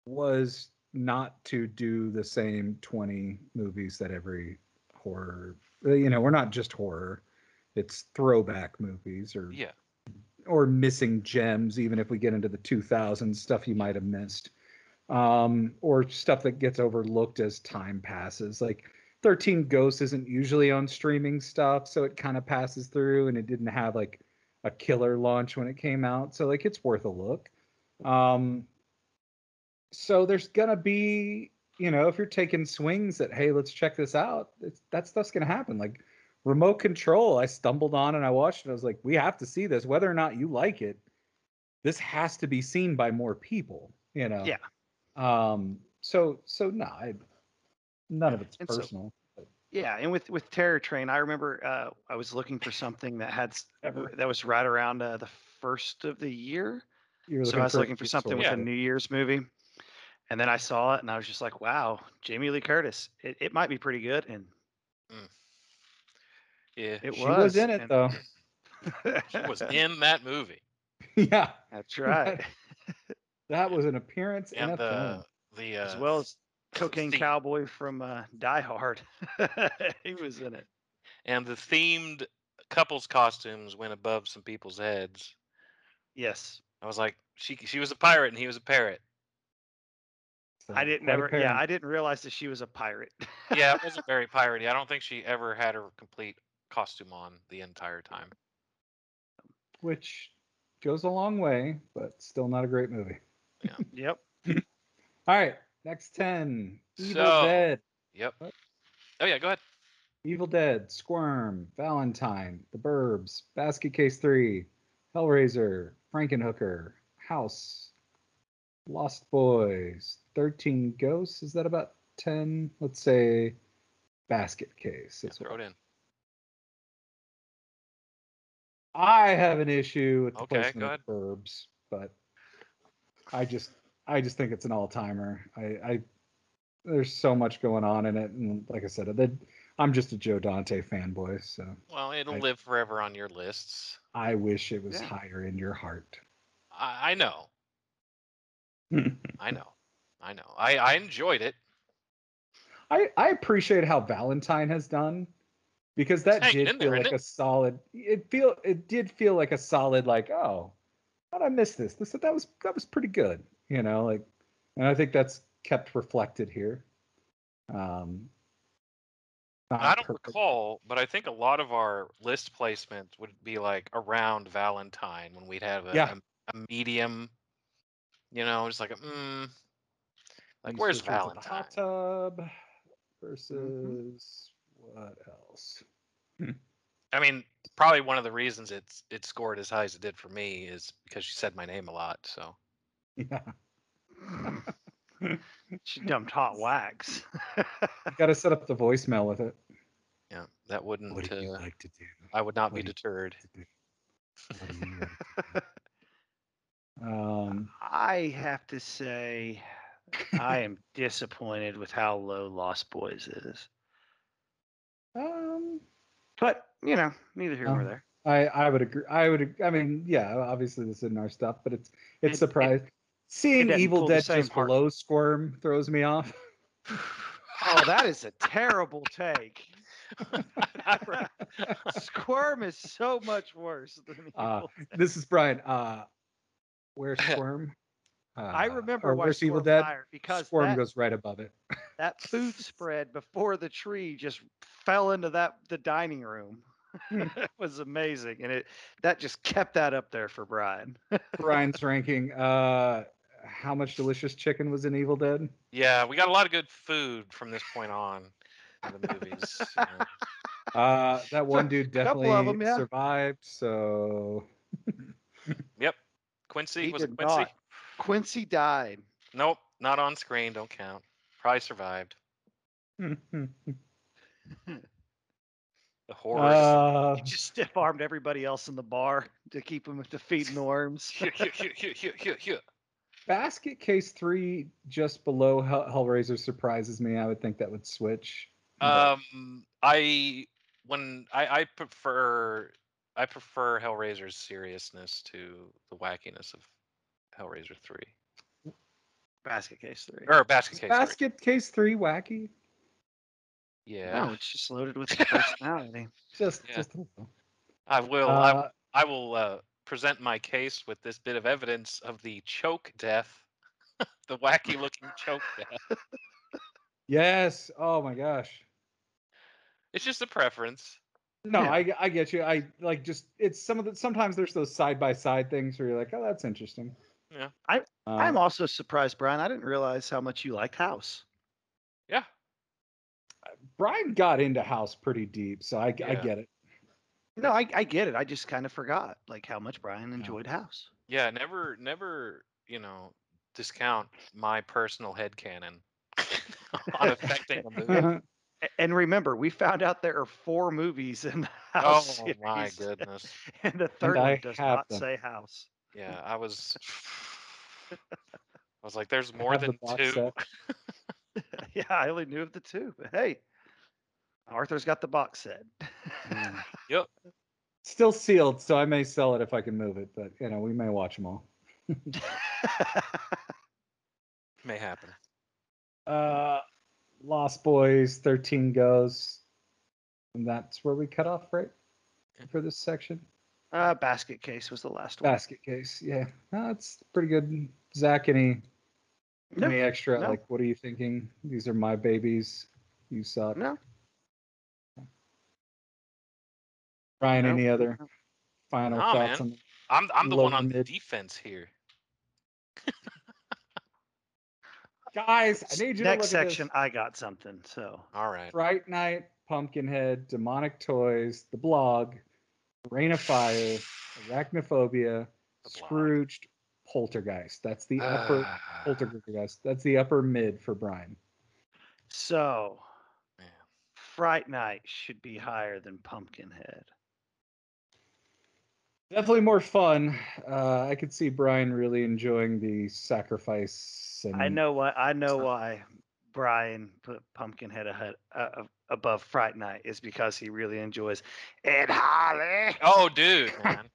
Speaker 4: was not to do the same twenty movies that every horror. uh, You know, we're not just horror; it's throwback movies or
Speaker 1: yeah,
Speaker 4: or missing gems, even if we get into the 2000s, stuff you might have missed, um, or stuff that gets overlooked as time passes. Like 13 Ghosts isn't usually on streaming stuff, so it kind of passes through, and it didn't have like a killer launch when it came out, so like it's worth a look. Um, so there's gonna be, you know, if you're taking swings at, hey, let's check this out, it's, that stuff's gonna happen. Like remote control i stumbled on and i watched it i was like we have to see this whether or not you like it this has to be seen by more people you know
Speaker 2: Yeah.
Speaker 4: um so so no I, none of it's
Speaker 2: And so-
Speaker 4: personal
Speaker 2: Yeah, and with with Terror Train, I remember uh, I was looking for something that had s-
Speaker 4: Ever.
Speaker 2: that was right around uh, the first of the year.
Speaker 4: You're
Speaker 2: So I was looking for something with
Speaker 1: Yeah.
Speaker 2: a New Year's movie, and then I saw it, and I was just like, "Wow, Jamie Lee Curtis! It, it might be pretty good." And
Speaker 1: yeah.
Speaker 2: it
Speaker 4: she
Speaker 2: was,
Speaker 4: was, in it
Speaker 2: and-
Speaker 4: though
Speaker 1: She was in that movie,
Speaker 4: yeah
Speaker 2: That's right,
Speaker 4: that was an appearance and,
Speaker 1: and
Speaker 4: a
Speaker 1: the
Speaker 4: film
Speaker 1: the uh,
Speaker 2: as well as Cocaine
Speaker 1: theme-
Speaker 2: Cowboy from uh, Die Hard. he was in it.
Speaker 1: and the themed couples costumes went above some people's heads.
Speaker 2: Yes,
Speaker 1: I was like, she she was a pirate and he was a parrot.
Speaker 4: So,
Speaker 2: I didn't
Speaker 4: quite
Speaker 2: ever.
Speaker 4: apparent.
Speaker 2: Yeah, I didn't realize that she was a pirate.
Speaker 1: Yeah, it wasn't very piratey. I don't think she ever had her complete costume on the entire time.
Speaker 4: which goes a long way but still not a great movie
Speaker 2: yep.
Speaker 4: all right next 10 evil
Speaker 1: So-
Speaker 4: dead
Speaker 1: Yep.
Speaker 4: What?
Speaker 1: Oh yeah, go ahead.
Speaker 4: Evil Dead, Squirm, Valentine, The Burbs, Basket Case 3, Hellraiser, Frankenhooker, House, Lost Boys, 13 Ghosts. Is that about 10? Let's say Basket Case.
Speaker 1: Yeah,
Speaker 4: is
Speaker 1: throw
Speaker 4: what-
Speaker 1: it in.
Speaker 4: I have an issue with the
Speaker 1: Okay,
Speaker 4: placement
Speaker 1: go
Speaker 4: of
Speaker 1: ahead.
Speaker 4: The Burbs, but I just I just think it's an all-timer. I, I there's so much going on in it and like I said, I- I'm just a Joe Dante fanboy, so
Speaker 1: Well, it'll
Speaker 4: I-
Speaker 1: live forever on your lists.
Speaker 4: I wish it was
Speaker 2: Yeah.
Speaker 4: higher in your heart.
Speaker 1: I, I know. I know. I know. I, I enjoyed it.
Speaker 4: I, I appreciate how Valentine has done because that
Speaker 1: hanging in
Speaker 4: did
Speaker 1: there,
Speaker 4: feel
Speaker 1: isn't
Speaker 4: like
Speaker 1: it?
Speaker 4: a solid it feel it did feel like a solid like oh how'd I miss this this that was that was pretty good you know like and I think that's kept reflected here um not
Speaker 1: I don't
Speaker 4: perfect.
Speaker 1: recall, but I think a lot of our list placements would be like around Valentine when we'd have a,
Speaker 4: Yeah.
Speaker 1: a, a medium, you know, just like, a, mm, like
Speaker 4: These
Speaker 1: where's
Speaker 4: sisters at the
Speaker 1: Valentine?
Speaker 4: hot tub versus what else
Speaker 1: I mean, probably one of the reasons it's it scored as high as it did for me is because she said my name a lot. So
Speaker 4: yeah
Speaker 2: She dumped hot wax.
Speaker 4: got to set up the voicemail with it
Speaker 1: yeah, that wouldn't. uh,
Speaker 4: like to do
Speaker 1: I would not be
Speaker 4: what do you-
Speaker 1: deterred.
Speaker 4: um,
Speaker 2: I have to say, I am disappointed with how low Lost Boys is.
Speaker 4: um,
Speaker 2: But you know, neither here nor
Speaker 4: Um,
Speaker 2: there.
Speaker 4: I I would agree. I would. ag- I mean, yeah. Obviously, this isn't our stuff, but it's
Speaker 2: It-
Speaker 4: it's
Speaker 2: it-
Speaker 4: surprise. Seeing
Speaker 2: didn't
Speaker 4: Evil
Speaker 2: pull the
Speaker 4: Dead
Speaker 2: same
Speaker 4: just
Speaker 2: heart-
Speaker 4: below Squirm throws me off.
Speaker 2: Oh, that is a terrible take. Squirm is so much worse than Evil
Speaker 4: Uh,
Speaker 2: Dead.
Speaker 4: This is Brian. Uh, where's Squirm? Uh,
Speaker 2: I remember
Speaker 4: or
Speaker 2: why
Speaker 4: where's Evil
Speaker 2: Squirm
Speaker 4: Dead?
Speaker 2: fired because
Speaker 4: Squirm
Speaker 2: that,
Speaker 4: goes right above it.
Speaker 2: that food spread before the tree just fell into that the dining room. it was amazing, and it that just kept that up there for Brian.
Speaker 4: Brian's ranking. Uh, how much delicious chicken was in Evil Dead?
Speaker 1: yeah, we got a lot of good food from this point on in the movies. you know.
Speaker 4: Uh, that one dude
Speaker 2: couple
Speaker 4: definitely
Speaker 2: of 'em, yeah.
Speaker 4: survived. So
Speaker 1: Yep. Quincy
Speaker 2: He
Speaker 1: was it
Speaker 2: did
Speaker 1: Quincy?
Speaker 2: not. Quincy died.
Speaker 1: Nope, not on screen. Don't count. Probably survived.
Speaker 4: hmm,
Speaker 1: The horrors.
Speaker 4: uh,
Speaker 2: He just stiff armed everybody else in the bar to keep him to feed the worms.
Speaker 1: Hew, hew, hew, hew, hew, hew, hew.
Speaker 4: Basket Case Three, just below Hell- Hellraiser, surprises me. I would think that would switch. but-
Speaker 1: Um, I when I, I prefer I prefer Hellraiser's seriousness to the wackiness of Hellraiser three
Speaker 2: Basket case three.
Speaker 1: or Basket
Speaker 4: Is
Speaker 1: Case. Basket.
Speaker 4: Basket Case Three, wacky.
Speaker 1: Yeah,
Speaker 2: No, it's just loaded with his personality.
Speaker 4: Just,
Speaker 1: Yeah.
Speaker 4: just. a little.
Speaker 1: I will. I,
Speaker 4: Uh,
Speaker 1: I will uh, present my case with this bit of evidence of the choke death, the wacky looking choke death.
Speaker 4: yes. Oh my gosh.
Speaker 1: It's just a preference.
Speaker 4: No,
Speaker 2: Yeah.
Speaker 4: I, I get you. I like just it's some of the sometimes there's those side by side things where you're like, oh, that's interesting.
Speaker 1: Yeah.
Speaker 2: I-
Speaker 4: Uh,
Speaker 2: I'm also surprised, Brian. I didn't realize how much you liked House.
Speaker 1: Yeah.
Speaker 4: Brian got into house pretty deep, so I, I
Speaker 1: Yeah.
Speaker 4: get it.
Speaker 2: No, I, I get it. I just kind of forgot like how much Brian enjoyed House.
Speaker 1: Yeah, never never, you know, discount my personal headcanon on affecting the movie.
Speaker 2: A- And remember, we found out there are four movies in the
Speaker 1: Oh
Speaker 2: House series,
Speaker 1: my goodness.
Speaker 2: and the third
Speaker 4: I
Speaker 2: one does
Speaker 4: have
Speaker 2: not
Speaker 4: them.
Speaker 2: say House.
Speaker 1: Yeah, I was I was like, there's more
Speaker 4: Have the
Speaker 1: than
Speaker 4: box
Speaker 1: two.
Speaker 4: set.
Speaker 2: yeah, I only knew of the two. But hey, Arthur's got the box set.
Speaker 4: Mm.
Speaker 1: Yep.
Speaker 4: Still sealed, so I may sell it if I can move it, but you know, we may watch them all.
Speaker 1: May happen.
Speaker 4: Uh Lost Boys, 13 goes. And that's where we cut off, right? For this section.
Speaker 2: uh, basket case was the last one.
Speaker 4: Basket case. Yeah. That's pretty good. Zach, any
Speaker 2: No,
Speaker 4: any extra?
Speaker 2: no.
Speaker 4: Like, what are you thinking? These are my babies. You suck.
Speaker 2: No.
Speaker 4: Ryan,
Speaker 2: No.
Speaker 4: any other final
Speaker 1: Nah,
Speaker 4: thoughts
Speaker 1: man.
Speaker 4: on
Speaker 1: I'm I'm the one
Speaker 4: Low
Speaker 1: on the
Speaker 4: mid.
Speaker 1: defense here.
Speaker 4: Guys, I need you to look
Speaker 2: Next
Speaker 4: at this.
Speaker 2: section, I got something. So
Speaker 1: All right.
Speaker 4: Fright Night, Pumpkinhead, Demonic Toys, The Blog, Rain of Fire,
Speaker 1: Blog.
Speaker 4: Arachnophobia, Scrooged, Poltergeist. That's the
Speaker 1: Ah.
Speaker 4: upper Poltergeist. That's the upper mid for Brian.
Speaker 2: So,
Speaker 1: Man.
Speaker 2: Fright Night should be higher than Pumpkinhead.
Speaker 4: Definitely more fun. Uh, I could see Brian really enjoying the sacrifice. And
Speaker 2: I know why. I know why Brian put Pumpkinhead ahead, uh, uh, above Fright Night is because he really enjoys Ed Harley.
Speaker 1: Oh dude, man.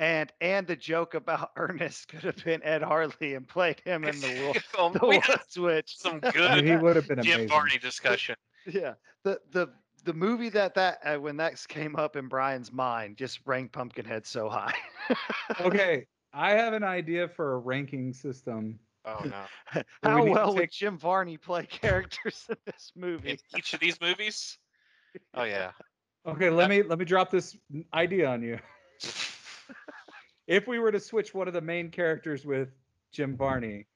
Speaker 2: And and the joke about Ernest could have been Ed Harley and played him in the world.
Speaker 1: Um,
Speaker 2: The
Speaker 1: we
Speaker 2: world
Speaker 1: had
Speaker 2: switch.
Speaker 1: some
Speaker 4: I mean, he
Speaker 1: good
Speaker 4: would have been
Speaker 1: Jim
Speaker 4: amazing.
Speaker 1: Barney discussion.
Speaker 2: Yeah. The the the movie that that uh, when that came up in Brian's mind just rang Pumpkinhead so high.
Speaker 4: Okay, I have an idea for a ranking system.
Speaker 1: Oh no.
Speaker 4: we
Speaker 2: How
Speaker 4: need to
Speaker 2: well would
Speaker 4: take-
Speaker 2: Jim Varney play characters in this movie?
Speaker 1: in each of these movies? Oh yeah.
Speaker 4: Okay, let me let me drop this idea on you. if we were to switch one of the main characters with Jim Varney,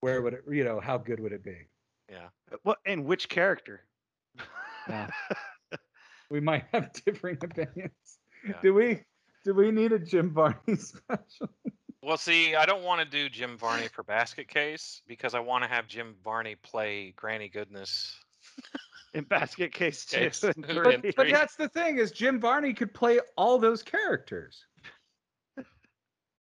Speaker 4: where would it? You know, how good would it be?
Speaker 2: What and which character?
Speaker 4: uh, Yeah. we might have differing opinions.
Speaker 1: Yeah.
Speaker 4: Do we? Do we need a Jim Varney special?
Speaker 1: Well, see, I don't want to do Jim Varney for Basket Case because I want to have Jim Varney play Granny Goodness.
Speaker 2: In basket case two
Speaker 1: Case
Speaker 2: and
Speaker 1: two
Speaker 2: three.
Speaker 1: and
Speaker 4: But
Speaker 1: Three.
Speaker 4: that's the thing is Jim Varney could play all those characters.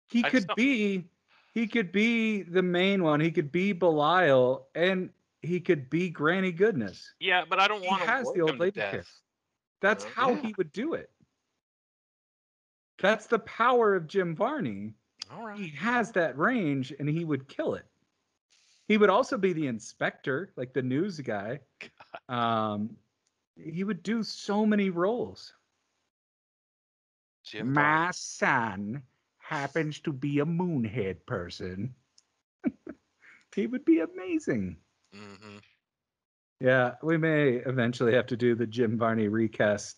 Speaker 4: He
Speaker 1: I
Speaker 4: could
Speaker 1: don't-
Speaker 4: be he could be the main one. He could be Belial and he could be Granny Goodness.
Speaker 1: Yeah, but I don't
Speaker 4: He
Speaker 1: want to
Speaker 4: has
Speaker 1: work
Speaker 4: the old
Speaker 1: him to
Speaker 4: lady
Speaker 1: death.
Speaker 4: character. That's
Speaker 1: Yeah.
Speaker 4: how he would do it. That's the power of Jim Varney.
Speaker 1: All
Speaker 4: He
Speaker 1: right.
Speaker 4: has that range and he would kill it. He would also be the inspector, like the news guy. Um, he would do so many roles.
Speaker 1: Jim Varney.
Speaker 4: My son happens to be a moonhead person. he would be amazing.
Speaker 1: hmm
Speaker 4: Yeah, we may eventually have to do the Jim Varney recast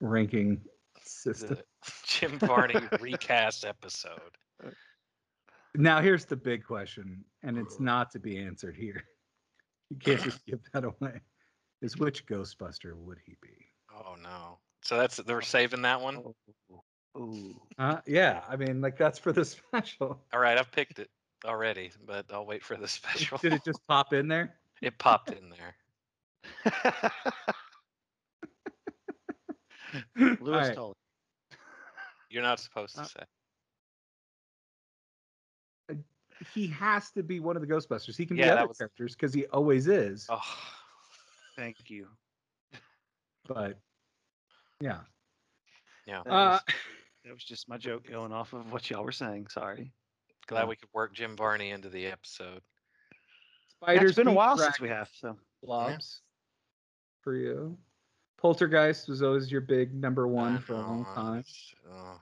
Speaker 4: ranking system.
Speaker 1: The Jim Varney recast episode.
Speaker 4: Now here's the big question, and it's not to be answered here. You can't just give that away. Is which Ghostbuster would he be?
Speaker 1: Oh no. So that's they're saving that one.
Speaker 2: Oh, ooh.
Speaker 4: Uh, yeah, I mean, like that's for the special.
Speaker 1: All right, I've picked it already, but I'll wait for the special.
Speaker 4: Did it just pop in there?
Speaker 1: It popped in there.
Speaker 4: All
Speaker 2: Lewis
Speaker 4: right.
Speaker 2: Tully.
Speaker 1: You're not supposed to
Speaker 4: Uh,
Speaker 1: say.
Speaker 4: He has to be one of the Ghostbusters. He can
Speaker 1: Yeah,
Speaker 4: be
Speaker 1: that
Speaker 4: other
Speaker 1: was-
Speaker 4: characters because he always is.
Speaker 1: Oh,
Speaker 2: Thank you.
Speaker 4: But yeah,
Speaker 1: yeah.
Speaker 2: That,
Speaker 4: uh,
Speaker 2: was, that was just my joke going off of what y'all were saying. Sorry.
Speaker 1: Glad we could work Jim Varney into the episode.
Speaker 2: Yeah,
Speaker 4: spiders.
Speaker 2: it's been a
Speaker 4: eat
Speaker 2: while
Speaker 4: rats.
Speaker 2: since we have. So
Speaker 4: flops for you. Poltergeist was always your big number one for a long
Speaker 1: Uh-huh.
Speaker 4: time.
Speaker 1: Oh,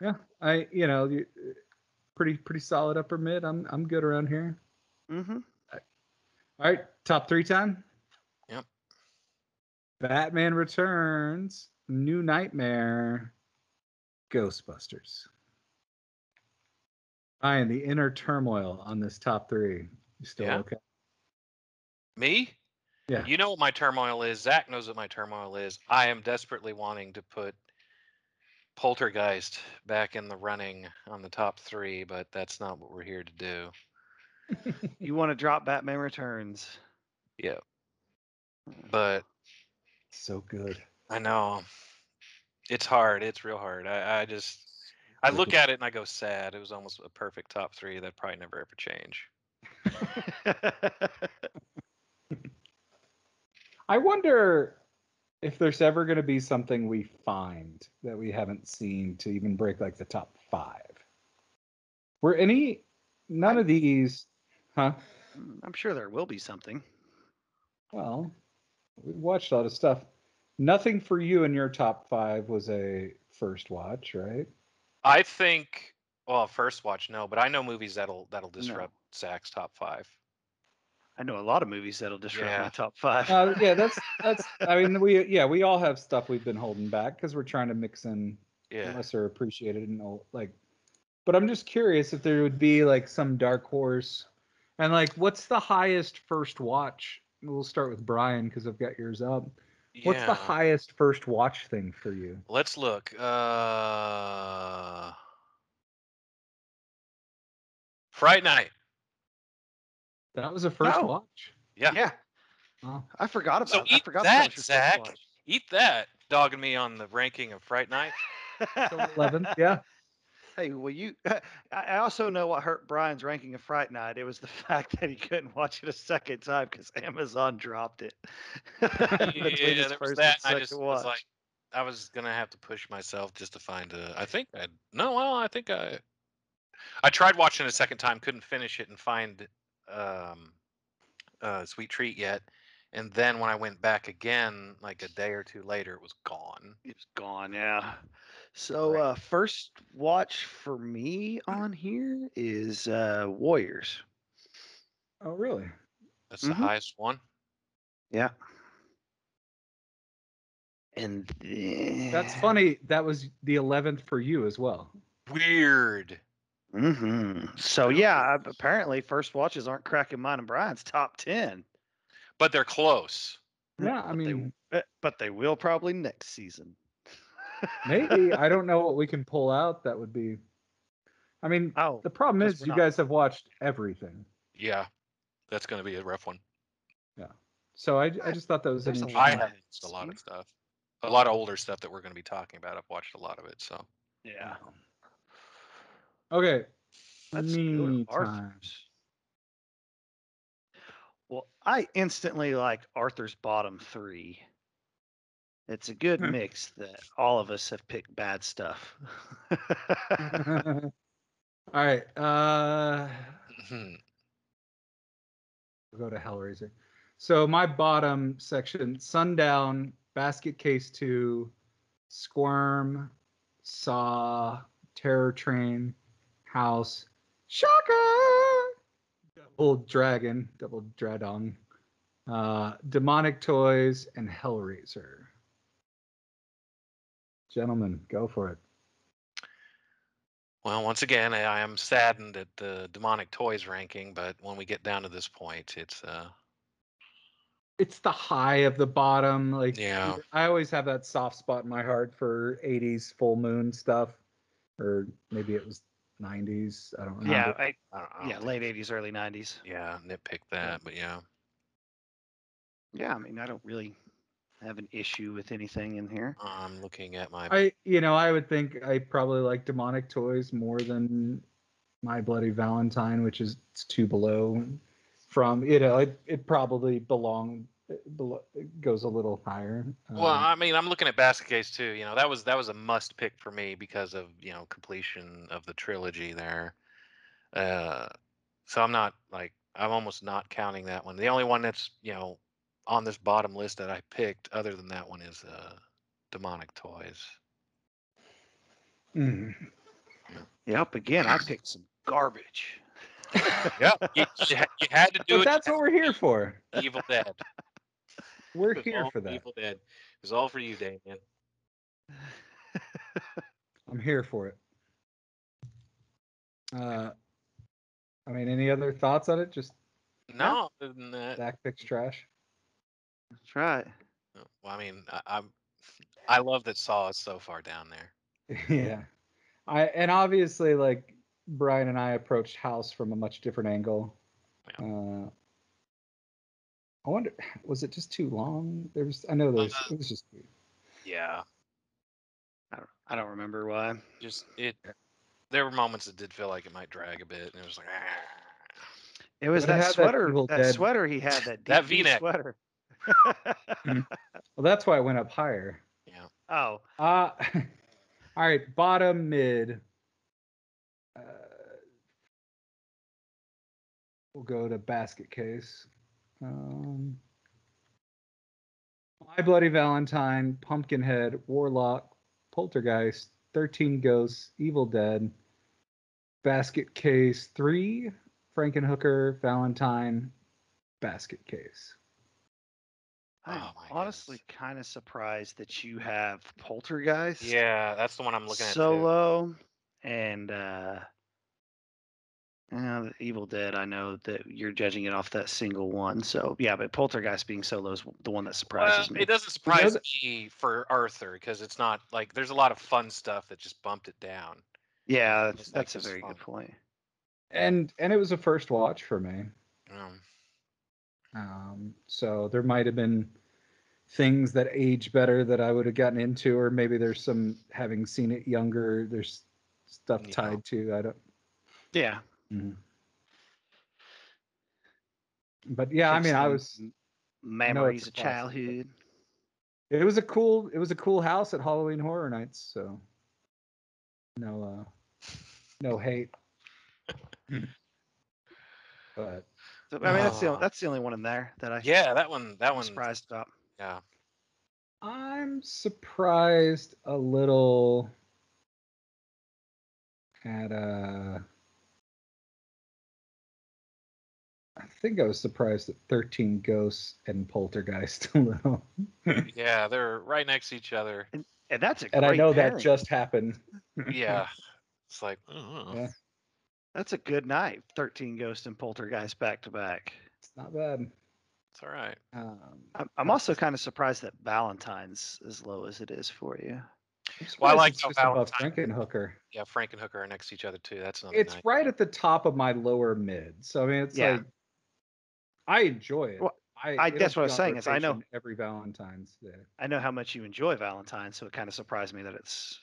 Speaker 4: Yeah, I you know you, pretty pretty solid upper mid. I'm I'm good around here.
Speaker 2: mm-hmm.
Speaker 4: All right, top three time.
Speaker 1: Yep.
Speaker 4: Batman Returns, New Nightmare, Ghostbusters. Ryan, the inner turmoil on this top three. You still
Speaker 1: Yeah.
Speaker 4: okay?
Speaker 1: me?
Speaker 4: Yeah.
Speaker 1: You know what my turmoil is. Zach knows what my turmoil is. I am desperately wanting to put Poltergeist back in the running on the top three, but that's not what we're here to do.
Speaker 2: You want to drop Batman Returns?
Speaker 1: Yeah. But
Speaker 4: So good.
Speaker 1: I know it's hard. It's real hard. I, I just I look at it and I go sad. It was almost a perfect top three. That probably never ever change.
Speaker 2: Mm,
Speaker 4: I wonder if there's ever going to be something we find that we haven't seen to even break like the top five. Were any, none of these, huh?
Speaker 2: Mm, I'm sure there will be something.
Speaker 4: Well, we watched a lot of stuff. Nothing for you in your top five was a first watch, right?
Speaker 1: I think well, first watch no, but I know movies that'll that'll disrupt Zach's top five.
Speaker 2: I know a lot of movies that'll disrupt
Speaker 1: Yeah.
Speaker 2: my top five.
Speaker 4: Uh, yeah, that's, that's, I mean, we, yeah, we all have stuff we've been holding back because we're trying to mix in
Speaker 1: Yeah.
Speaker 4: lesser appreciated and all like but i'm just curious if there would be like some dark horse and like what's the highest first watch we'll start with brian because i've got yours up what's the
Speaker 1: Yeah.
Speaker 4: highest first watch thing for you
Speaker 1: Let's look. Uh Fright Night.
Speaker 4: that was a first
Speaker 2: Oh.
Speaker 4: watch
Speaker 1: Yeah.
Speaker 2: yeah,
Speaker 4: oh,
Speaker 2: I forgot about.
Speaker 1: So
Speaker 2: I
Speaker 1: eat
Speaker 2: forgot
Speaker 1: that,
Speaker 2: was your first
Speaker 1: Zach.
Speaker 2: watch.
Speaker 1: Eat that. Dogging me on the ranking of Fright Night.
Speaker 4: till 11 yeah
Speaker 2: Hey, well, you. I- I also know what hurt Brian's ranking of Fright Night. It was the fact that he couldn't watch it a second time because Amazon dropped it. Between his
Speaker 1: yeah, there was
Speaker 2: first
Speaker 1: that.
Speaker 2: and
Speaker 1: I just
Speaker 2: second
Speaker 1: was
Speaker 2: watch.
Speaker 1: like, I was gonna have to push myself just to find a. I think I no. Well, I think I. I tried watching it a second time, couldn't finish it, and find um, uh, Sweet Treat yet. And then when I went back again, like a day or two later, it was gone.
Speaker 2: It was gone, yeah. So
Speaker 1: Right.
Speaker 2: uh first watch for me on here is uh Warriors.
Speaker 4: oh really
Speaker 1: That's
Speaker 2: Mhm.
Speaker 1: the highest one.
Speaker 2: Yeah. And then,
Speaker 4: that's funny that was the 11th for you as well
Speaker 1: Weird.
Speaker 2: hmm So yeah, I- apparently first watches aren't cracking mine and Brian's top ten.
Speaker 1: But they're close.
Speaker 4: yeah i
Speaker 2: But they-
Speaker 4: mean
Speaker 2: but- Eh, but they will probably next season.
Speaker 4: maybe i don't know what we can pull out that would be i mean
Speaker 2: Oh,
Speaker 4: the problem
Speaker 2: 'cause
Speaker 4: is
Speaker 2: we're
Speaker 4: you
Speaker 2: not-
Speaker 4: guys have watched everything
Speaker 1: Yeah. That's going to be a rough one.
Speaker 4: so i, I just thought that was an
Speaker 2: There's a
Speaker 4: interesting
Speaker 1: I
Speaker 2: Yeah.
Speaker 1: have a lot of stuff. A lot of older stuff that we're going to be talking about. I've watched a lot of it. So
Speaker 2: yeah.
Speaker 4: Okay.
Speaker 2: Let's go to
Speaker 4: me time.
Speaker 2: Arthur's. Well, I instantly like Arthur's bottom three. It's a good
Speaker 4: Hmm.
Speaker 2: mix that all of us have picked bad stuff.
Speaker 4: Mm-hmm. All right. Uh,
Speaker 2: Mm-hmm.
Speaker 4: we'll go to Hellraiser. So my bottom section: Sundown, Basket Case Two, Squirm, Saw, Terror Train, House, Shocker, Double Dragon, Double Dradong, uh, Demonic Toys, and Hellraiser. Gentlemen, go for it.
Speaker 1: Well, once again, I I am saddened at the demonic toys ranking, but when we get down to this point, it's uh,
Speaker 4: it's the high of the bottom. Like
Speaker 1: Yeah.
Speaker 4: I always have that soft spot in my heart for '80s full moon stuff, or maybe it was '90s. I don't remember.
Speaker 2: yeah, I,
Speaker 1: I don't, I don't
Speaker 2: yeah,
Speaker 1: think-
Speaker 2: late '80s, early '90s.
Speaker 1: yeah, nitpick that, but yeah,
Speaker 2: Yeah, I mean, I don't really have an issue with anything in here.
Speaker 1: I'm looking at my
Speaker 4: I you know I would think I probably like demonic toys more than my bloody Valentine, which is it's two below. From you know it it probably belong it belo- it goes a little higher.
Speaker 1: Well,
Speaker 4: Um,
Speaker 1: I mean, I'm looking at Basket Case too. You know, that was that was a must pick for me because of you know completion of the trilogy there. Uh, so I'm not like I'm almost not counting that one. The only one that's you know on this bottom list that I picked, other than that one, is uh, Demonic Toys.
Speaker 4: mm.
Speaker 2: Yep. Again, I picked some garbage.
Speaker 1: Yeah, you, you had- you had to do
Speaker 4: but
Speaker 1: it.
Speaker 4: that's what we're here for.
Speaker 1: Evil Dead.
Speaker 4: We're
Speaker 1: It was
Speaker 4: here
Speaker 1: all
Speaker 4: for that.
Speaker 1: Evil Dead. It was all for you, Damien.
Speaker 4: I'm here for it. Uh, I mean, any other thoughts on it? Just
Speaker 1: No, other than that,
Speaker 4: Zach picks trash.
Speaker 2: That's right.
Speaker 1: no. well, I mean, I, I'm I love that Saw is so far down there.
Speaker 4: yeah, I and obviously like Brian and I approached House from a much different angle.
Speaker 1: Yeah.
Speaker 4: Uh, I wonder, was it just too long? There's, I know there's, it was just.
Speaker 1: Yeah.
Speaker 2: I don't, I don't remember why.
Speaker 1: just it there were moments that did feel like it might drag a bit and it was like "Ah."
Speaker 2: It was
Speaker 4: But it
Speaker 2: that
Speaker 4: had that
Speaker 2: sweater.
Speaker 4: Evil
Speaker 2: That,
Speaker 4: Dead-
Speaker 2: sweater he had. That deep
Speaker 1: That
Speaker 2: V
Speaker 1: V-neck.
Speaker 2: sweater.
Speaker 4: Well, that's why I went up higher.
Speaker 2: oh,
Speaker 4: Uh, all right, bottom mid. Uh, we'll go to basket case. Um, My Bloody Valentine, Pumpkinhead, Warlock, Poltergeist, 13 Ghosts, Evil Dead, Basket Case 3, Frankenhooker, Valentine, Basket Case.
Speaker 2: I'm
Speaker 1: Oh my
Speaker 2: honestly kind of surprised that you have Poltergeist.
Speaker 1: yeah that's the one i'm looking at
Speaker 2: so
Speaker 1: too.
Speaker 2: low and uh yeah, the Evil Dead. I know that you're judging it off that single one. So yeah, but Poltergeist being so low is the one that surprises
Speaker 1: Well,
Speaker 2: me.
Speaker 1: it doesn't surprise
Speaker 4: that-
Speaker 1: me for arthur because it's not like there's a lot of fun stuff that just bumped it down
Speaker 2: yeah, that's,
Speaker 1: It's like
Speaker 2: that's a
Speaker 1: it's
Speaker 2: very
Speaker 1: fun.
Speaker 2: good point.
Speaker 4: And and it was a first watch for me.
Speaker 1: um,
Speaker 4: Um, so there might have been things that age better that I would have gotten into, or maybe there's some having seen it younger. There's stuff
Speaker 1: Yeah.
Speaker 4: tied to. I don't.
Speaker 2: Yeah,
Speaker 4: But yeah, I
Speaker 2: Fix
Speaker 4: mean, I
Speaker 2: them
Speaker 4: was.
Speaker 2: m- memories
Speaker 4: a
Speaker 2: of
Speaker 4: classic, but-
Speaker 2: childhood.
Speaker 4: It was a cool. It was a cool house at Halloween Horror Nights. So no, uh, no hate. but
Speaker 2: So, I mean, that's the
Speaker 1: Ah.
Speaker 2: o- that's the only one in there that I
Speaker 1: yeah that one that
Speaker 2: was
Speaker 1: one
Speaker 2: surprised about.
Speaker 1: yeah
Speaker 4: I'm surprised a little at uh I think I was surprised at 13 Ghosts and Poltergeist a little.
Speaker 1: yeah they're right next to each other
Speaker 2: And that's a
Speaker 4: And I
Speaker 2: great
Speaker 4: know that
Speaker 2: pairing.
Speaker 4: just happened.
Speaker 1: yeah it's like "Ugh."
Speaker 4: Yeah.
Speaker 2: that's a good night. Thirteen Ghost and Poltergeist back to back.
Speaker 4: It's not bad.
Speaker 1: it's all right
Speaker 4: Um,
Speaker 2: I'm- I'm also kind of surprised that Valentine's as low as it is for you.
Speaker 4: I'm surprised
Speaker 1: I like
Speaker 4: it's
Speaker 1: how
Speaker 4: just above
Speaker 1: Valentine-
Speaker 4: Frankenhooker.
Speaker 1: yeah frank and hooker are next to each other too that's another
Speaker 4: It's
Speaker 1: night.
Speaker 4: right at the top of my lower mid. So I mean it's
Speaker 2: Yeah.
Speaker 4: like I enjoy it.
Speaker 2: Well, I-
Speaker 4: it'll
Speaker 2: that's what
Speaker 4: be
Speaker 2: I was
Speaker 4: on
Speaker 2: saying is I know-
Speaker 4: rotation every Valentine's Day.
Speaker 2: I know how much you enjoy Valentine's, so it kind of surprised me that it's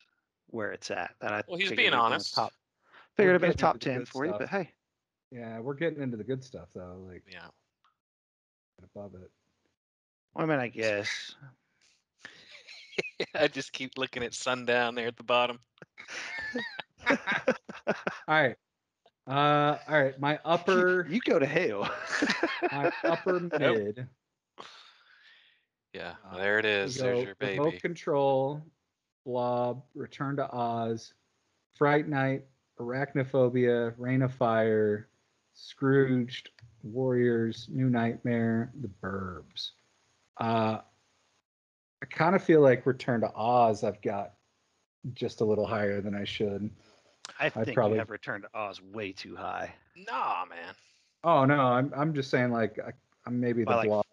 Speaker 2: where it's at. That I
Speaker 1: Well, he's
Speaker 2: figured
Speaker 1: being
Speaker 2: it'd been a
Speaker 1: honest.
Speaker 2: Top, figured it'd been
Speaker 4: getting
Speaker 2: a
Speaker 4: into
Speaker 2: top
Speaker 4: the
Speaker 2: ten
Speaker 4: good
Speaker 2: for you, but
Speaker 4: stuff.
Speaker 2: hey,
Speaker 4: Yeah, we're getting into the good stuff though, like
Speaker 1: yeah
Speaker 4: above it.
Speaker 2: well, I mean, I guess
Speaker 1: I just keep looking at sundown there at the bottom.
Speaker 4: All right. Uh, all right. My upper,
Speaker 2: you go to hell.
Speaker 4: my upper mid.
Speaker 1: Yeah,
Speaker 4: Uh,
Speaker 1: well, there it is.
Speaker 4: go
Speaker 1: There's your
Speaker 4: Remote
Speaker 1: baby.
Speaker 4: Control, Blob, Return to Oz, Fright Night, Arachnophobia, Rain of Fire, Scrooged, Warriors, New Nightmare, The Burbs. Uh, I kind of feel like Return to Oz I've got just a little higher than I should.
Speaker 2: I think
Speaker 4: probably-
Speaker 2: you have returned to Oz way too high.
Speaker 1: Nah, man.
Speaker 4: Oh no, I'm I'm just saying like I, I'm maybe the
Speaker 2: By, like,
Speaker 4: Blob.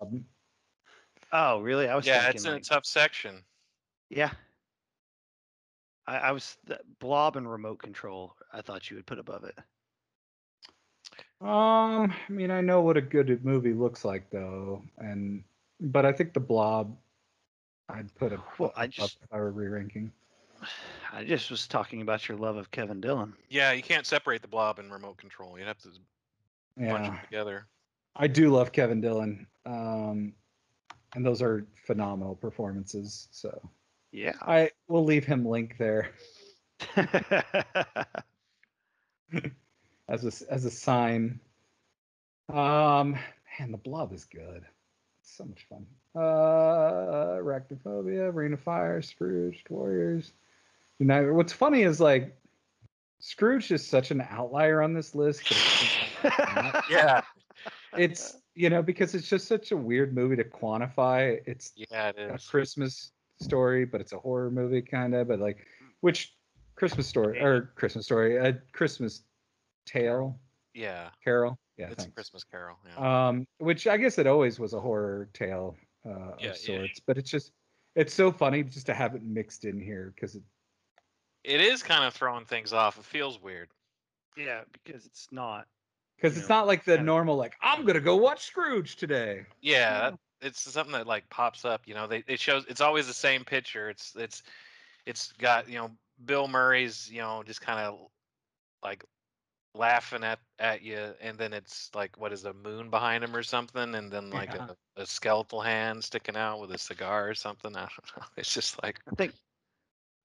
Speaker 2: Oh, really? I was
Speaker 1: Yeah,
Speaker 2: thinking
Speaker 1: it's in
Speaker 2: like-
Speaker 1: a tough section.
Speaker 2: Yeah. I, I was th- blob and remote control. I thought you would put above it.
Speaker 4: Um, I mean, I know what a good movie looks like, though, and but I think the Blob, I'd put a
Speaker 2: Well, I just-
Speaker 4: if I were re-ranking.
Speaker 2: I just was talking about your love of Kevin Dillon.
Speaker 1: Yeah, you can't separate the blob and remote control. You'd have to bunch
Speaker 4: Yeah,
Speaker 1: them together.
Speaker 4: I do love Kevin Dillon, um, and those are phenomenal performances. So
Speaker 2: Yeah.
Speaker 4: I will leave him link there as a s- as a sign. Um, man, the Blob is good. so much fun. Uh, Arachnophobia, Rain of Fire, Scrooged, Warriors. You know, what's funny is like Scrooge is such an outlier on this list. 'cause it's-
Speaker 1: Yeah.
Speaker 4: it's you know because it's just such a weird movie to quantify. It's
Speaker 1: Yeah, it
Speaker 4: a
Speaker 1: is.
Speaker 4: Christmas story, but it's a horror movie kind of. But like, which Christmas story or Christmas story? A Christmas tale,
Speaker 1: Yeah,
Speaker 4: Carol. Yeah,
Speaker 1: it's a
Speaker 4: thanks.
Speaker 1: Christmas Carol. Yeah.
Speaker 4: um, which I guess it always was a horror tale uh,
Speaker 1: Yeah,
Speaker 4: of
Speaker 1: ish.
Speaker 4: sorts, but it's just it's so funny just to have it mixed in here because it,
Speaker 1: it is kind of throwing things off. It feels weird.
Speaker 2: yeah, because it's not.
Speaker 4: because
Speaker 2: You
Speaker 4: it's
Speaker 2: know,
Speaker 4: not like the
Speaker 2: kinda-
Speaker 4: normal like I'm gonna go watch Scrooge today.
Speaker 1: Yeah, that, it's something that like pops up. You know, they it shows. It's always the same picture. It's it's it's got you know Bill Murray's you know just kind of like laughing at at you, and then it's like what is a moon behind him or something, and then like
Speaker 4: Yeah.
Speaker 1: a, a skeletal hand sticking out with a cigar or something. I don't know. It's just like
Speaker 2: I think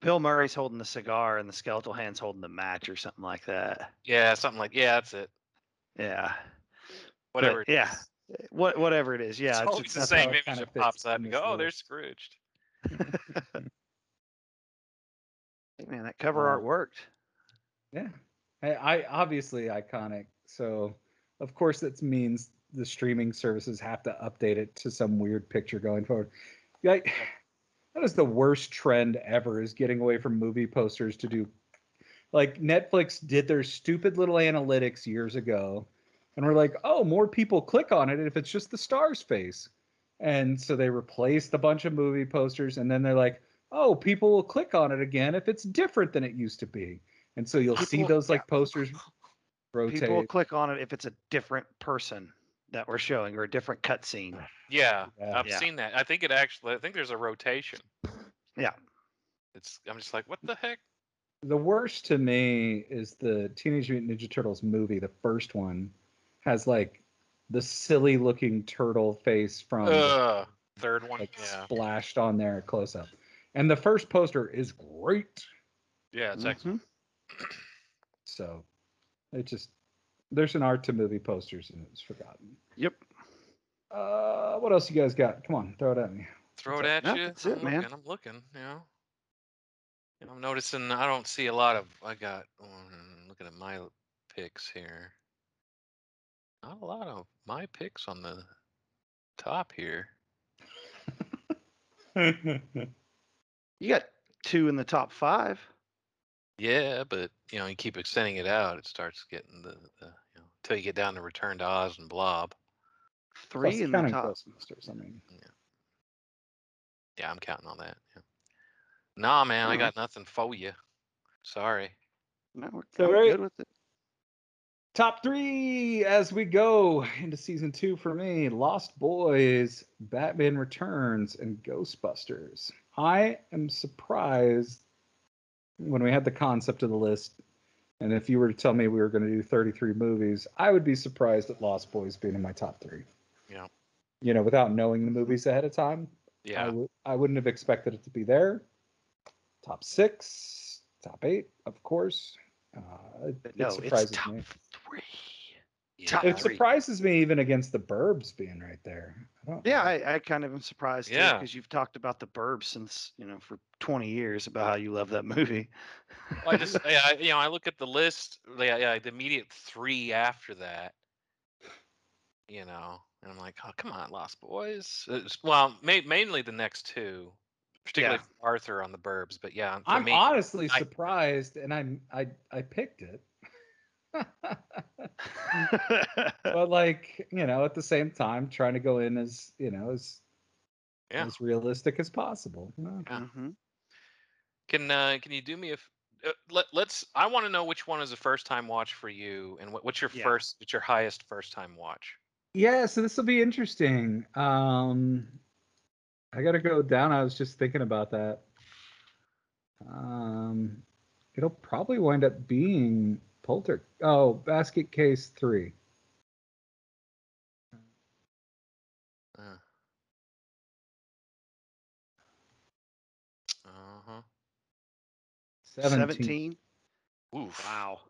Speaker 2: Bill Murray's holding the cigar and the skeletal hand's holding the match or something like that.
Speaker 1: yeah, something like yeah, that's it.
Speaker 2: Yeah. But,
Speaker 1: Whatever. it
Speaker 2: yeah.
Speaker 1: is.
Speaker 2: What whatever it is. Yeah.
Speaker 1: it's,
Speaker 2: it's-
Speaker 1: always
Speaker 2: it's
Speaker 1: the
Speaker 2: nothing-
Speaker 1: same
Speaker 4: how it
Speaker 1: image
Speaker 4: kinda
Speaker 1: that
Speaker 4: fits
Speaker 1: pops up.
Speaker 4: in
Speaker 1: and You
Speaker 4: this
Speaker 1: go, oh,
Speaker 4: little-
Speaker 1: they're Scrooged.
Speaker 2: Man, that cover
Speaker 4: Wow.
Speaker 2: art worked.
Speaker 4: Yeah, I, I obviously iconic. So of course that means the streaming services have to update it to some weird picture going forward. Like that is the worst trend ever is getting away from movie posters to do like Netflix did their stupid little analytics years ago and we're like, "Oh, more people click on it if it's just the star's face." And so they replaced a bunch of movie posters and then they're like, "Oh, people will click on it again if it's different than it used to be." And so you'll see
Speaker 2: People-
Speaker 4: those like posters rotate.
Speaker 2: People will click on it if it's a different person that we're showing or a different cutscene.
Speaker 1: Yeah,
Speaker 4: Yeah.
Speaker 1: I've
Speaker 2: Yeah.
Speaker 1: seen that. I think it actually. I think there's a rotation.
Speaker 2: Yeah.
Speaker 1: It's. I'm just like, what the heck?
Speaker 4: The worst to me is the Teenage Mutant Ninja Turtles movie, the first one, has like the silly looking turtle face
Speaker 2: Um,
Speaker 4: from
Speaker 1: Ugh. Third one.
Speaker 4: like
Speaker 1: Oh, Yeah.
Speaker 4: splashed on there close up. And the first poster is great.
Speaker 1: Yeah. It's excellent.
Speaker 2: Mhm.
Speaker 4: So it just there's an art to movie posters and it's forgotten.
Speaker 2: Mm-hmm. Yep.
Speaker 4: Uh what else you guys got? Come on, throw it at me.
Speaker 1: Throw it at
Speaker 2: No,
Speaker 1: you.
Speaker 2: that's it,
Speaker 1: I'm
Speaker 2: man.
Speaker 1: Looking, I'm looking. You know. And I'm noticing. I don't see a lot of. I got. oh, I'm looking at my picks here. Not a lot of my picks on the top here.
Speaker 2: You got two in the top five.
Speaker 1: Yeah, but you know, you keep extending it out, it starts getting the, the you know, till you get down to Return to Oz and Blob.
Speaker 4: Plus
Speaker 2: Three in the
Speaker 4: counting
Speaker 2: top.
Speaker 4: posters, I mean.
Speaker 1: Yeah, I'm counting on that. Yeah. Nah, man, I
Speaker 2: Alright.
Speaker 1: got nothing for you. Sorry.
Speaker 2: No, we're
Speaker 4: So
Speaker 2: I'm
Speaker 4: very-
Speaker 2: good with it.
Speaker 4: Top three as we go into season two for me Lost Boys, Batman Returns, and Ghostbusters. I am surprised when we had the concept of the list, and if you were to tell me we were going to do 33 movies, I would be surprised at Lost Boys being in my top three.
Speaker 1: Yeah.
Speaker 4: You know, without knowing the movies ahead of time, I I,
Speaker 1: Yeah.
Speaker 4: w- I wouldn't have expected it to be there. Top six, top eight, of course. Uh, it, it
Speaker 2: no, it's
Speaker 4: surprises
Speaker 2: top
Speaker 4: me.
Speaker 2: three.
Speaker 1: yeah,
Speaker 2: top
Speaker 4: It
Speaker 1: three.
Speaker 4: surprises me even against the Burbs being right there. I don't,
Speaker 2: Yeah, I, I kind of am surprised
Speaker 1: Yeah.
Speaker 2: because you've talked about the Burbs since you know for 20 years about how you love that movie.
Speaker 1: Well, I just, yeah, I, you know, I look at the list, yeah, yeah, the immediate three after that, you know, and I'm like, oh, come on, Lost Boys. It's- well, ma- mainly the next two, particularly
Speaker 2: Yeah.
Speaker 1: for Arthur on the Burbs, but yeah, for
Speaker 4: I'm
Speaker 1: me,
Speaker 4: honestly
Speaker 1: I-
Speaker 4: surprised, and I'm I I picked it.
Speaker 1: Mm-hmm.
Speaker 4: but like you know, at the same time, trying to go in as you know as
Speaker 1: yeah.
Speaker 4: as realistic as possible. No.
Speaker 1: Yeah.
Speaker 2: Mhm.
Speaker 1: Can uh, can you do me a f- uh, let, let's? I want to know which one is a first time watch for you, and what, what's your
Speaker 2: Yeah.
Speaker 1: first, what's your highest first time watch?
Speaker 4: Yeah, so this will be interesting. Um, I gotta go down. I was just thinking about that. Um, it'll probably wind up being Polter. Oh, Basket Case Three.
Speaker 1: Uh huh.
Speaker 4: 17.
Speaker 2: 17.
Speaker 1: Oof.
Speaker 2: Wow.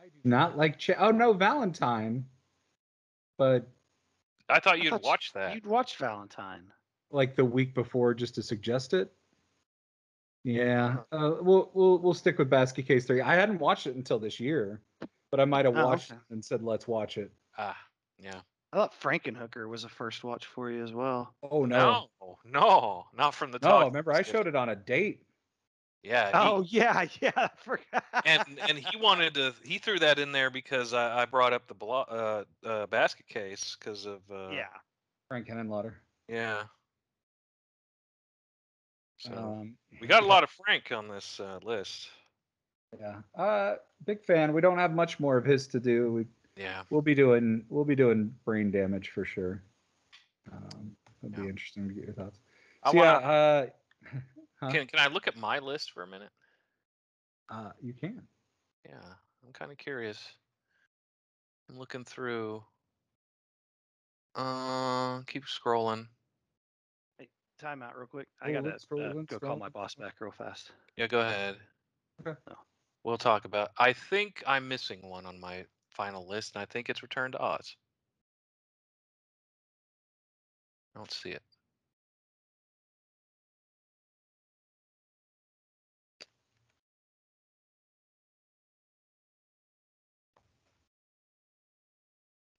Speaker 4: I do not like. Ch- oh no, Valentine. But
Speaker 1: I thought
Speaker 2: I
Speaker 1: you'd
Speaker 2: thought you-
Speaker 1: watch that.
Speaker 2: You'd watched Valentine.
Speaker 4: like the week before, just to suggest it. Yeah.
Speaker 2: Uh-huh.
Speaker 4: Uh, we'll we'll we'll stick with Basket Case Three. I hadn't watched it until this year, but I might have
Speaker 2: Oh,
Speaker 4: watched
Speaker 2: okay.
Speaker 4: it and said, "Let's watch it."
Speaker 1: Ah, yeah.
Speaker 2: I thought Frankenhooker was a first watch for you as well.
Speaker 4: Oh
Speaker 1: No, no, not from the
Speaker 4: No,
Speaker 1: talk.
Speaker 4: remember I showed it on a date.
Speaker 1: Yeah. Uh, he-
Speaker 2: Oh yeah, yeah, I forgot.
Speaker 1: and uh, and he wanted to. He threw that in there because I, I brought up the blo- uh, uh, basket case because of. Uh,
Speaker 2: yeah,
Speaker 4: Frank Henenlotter.
Speaker 1: Yeah. So
Speaker 2: Oh.
Speaker 4: Um,
Speaker 1: we got a lot of Frank on this uh, list.
Speaker 4: yeah. Uh, big fan. We don't have much more of his to do. We
Speaker 1: Yeah.
Speaker 4: we'll be doing we'll be doing brain damage for sure. Um, it'll
Speaker 1: Yeah.
Speaker 4: be interesting to get your thoughts.
Speaker 1: I
Speaker 4: So,
Speaker 1: want.
Speaker 4: yeah, uh, uh-huh. huh?
Speaker 1: Can Can I look at my list for a minute?
Speaker 4: uh, you can.
Speaker 1: Yeah, I'm kind of curious. I'm looking through. Uh, keep scrolling.
Speaker 2: time out real quick. I
Speaker 4: Roll
Speaker 2: gotta
Speaker 4: it, scroll
Speaker 2: uh,
Speaker 4: it,
Speaker 2: go
Speaker 4: scroll
Speaker 2: call
Speaker 4: it.
Speaker 2: my boss back real fast.
Speaker 1: Yeah, go ahead.
Speaker 4: Okay.
Speaker 1: We'll talk about. I think I'm missing one on my final list, and I think it's Return to Oz. I don't see it.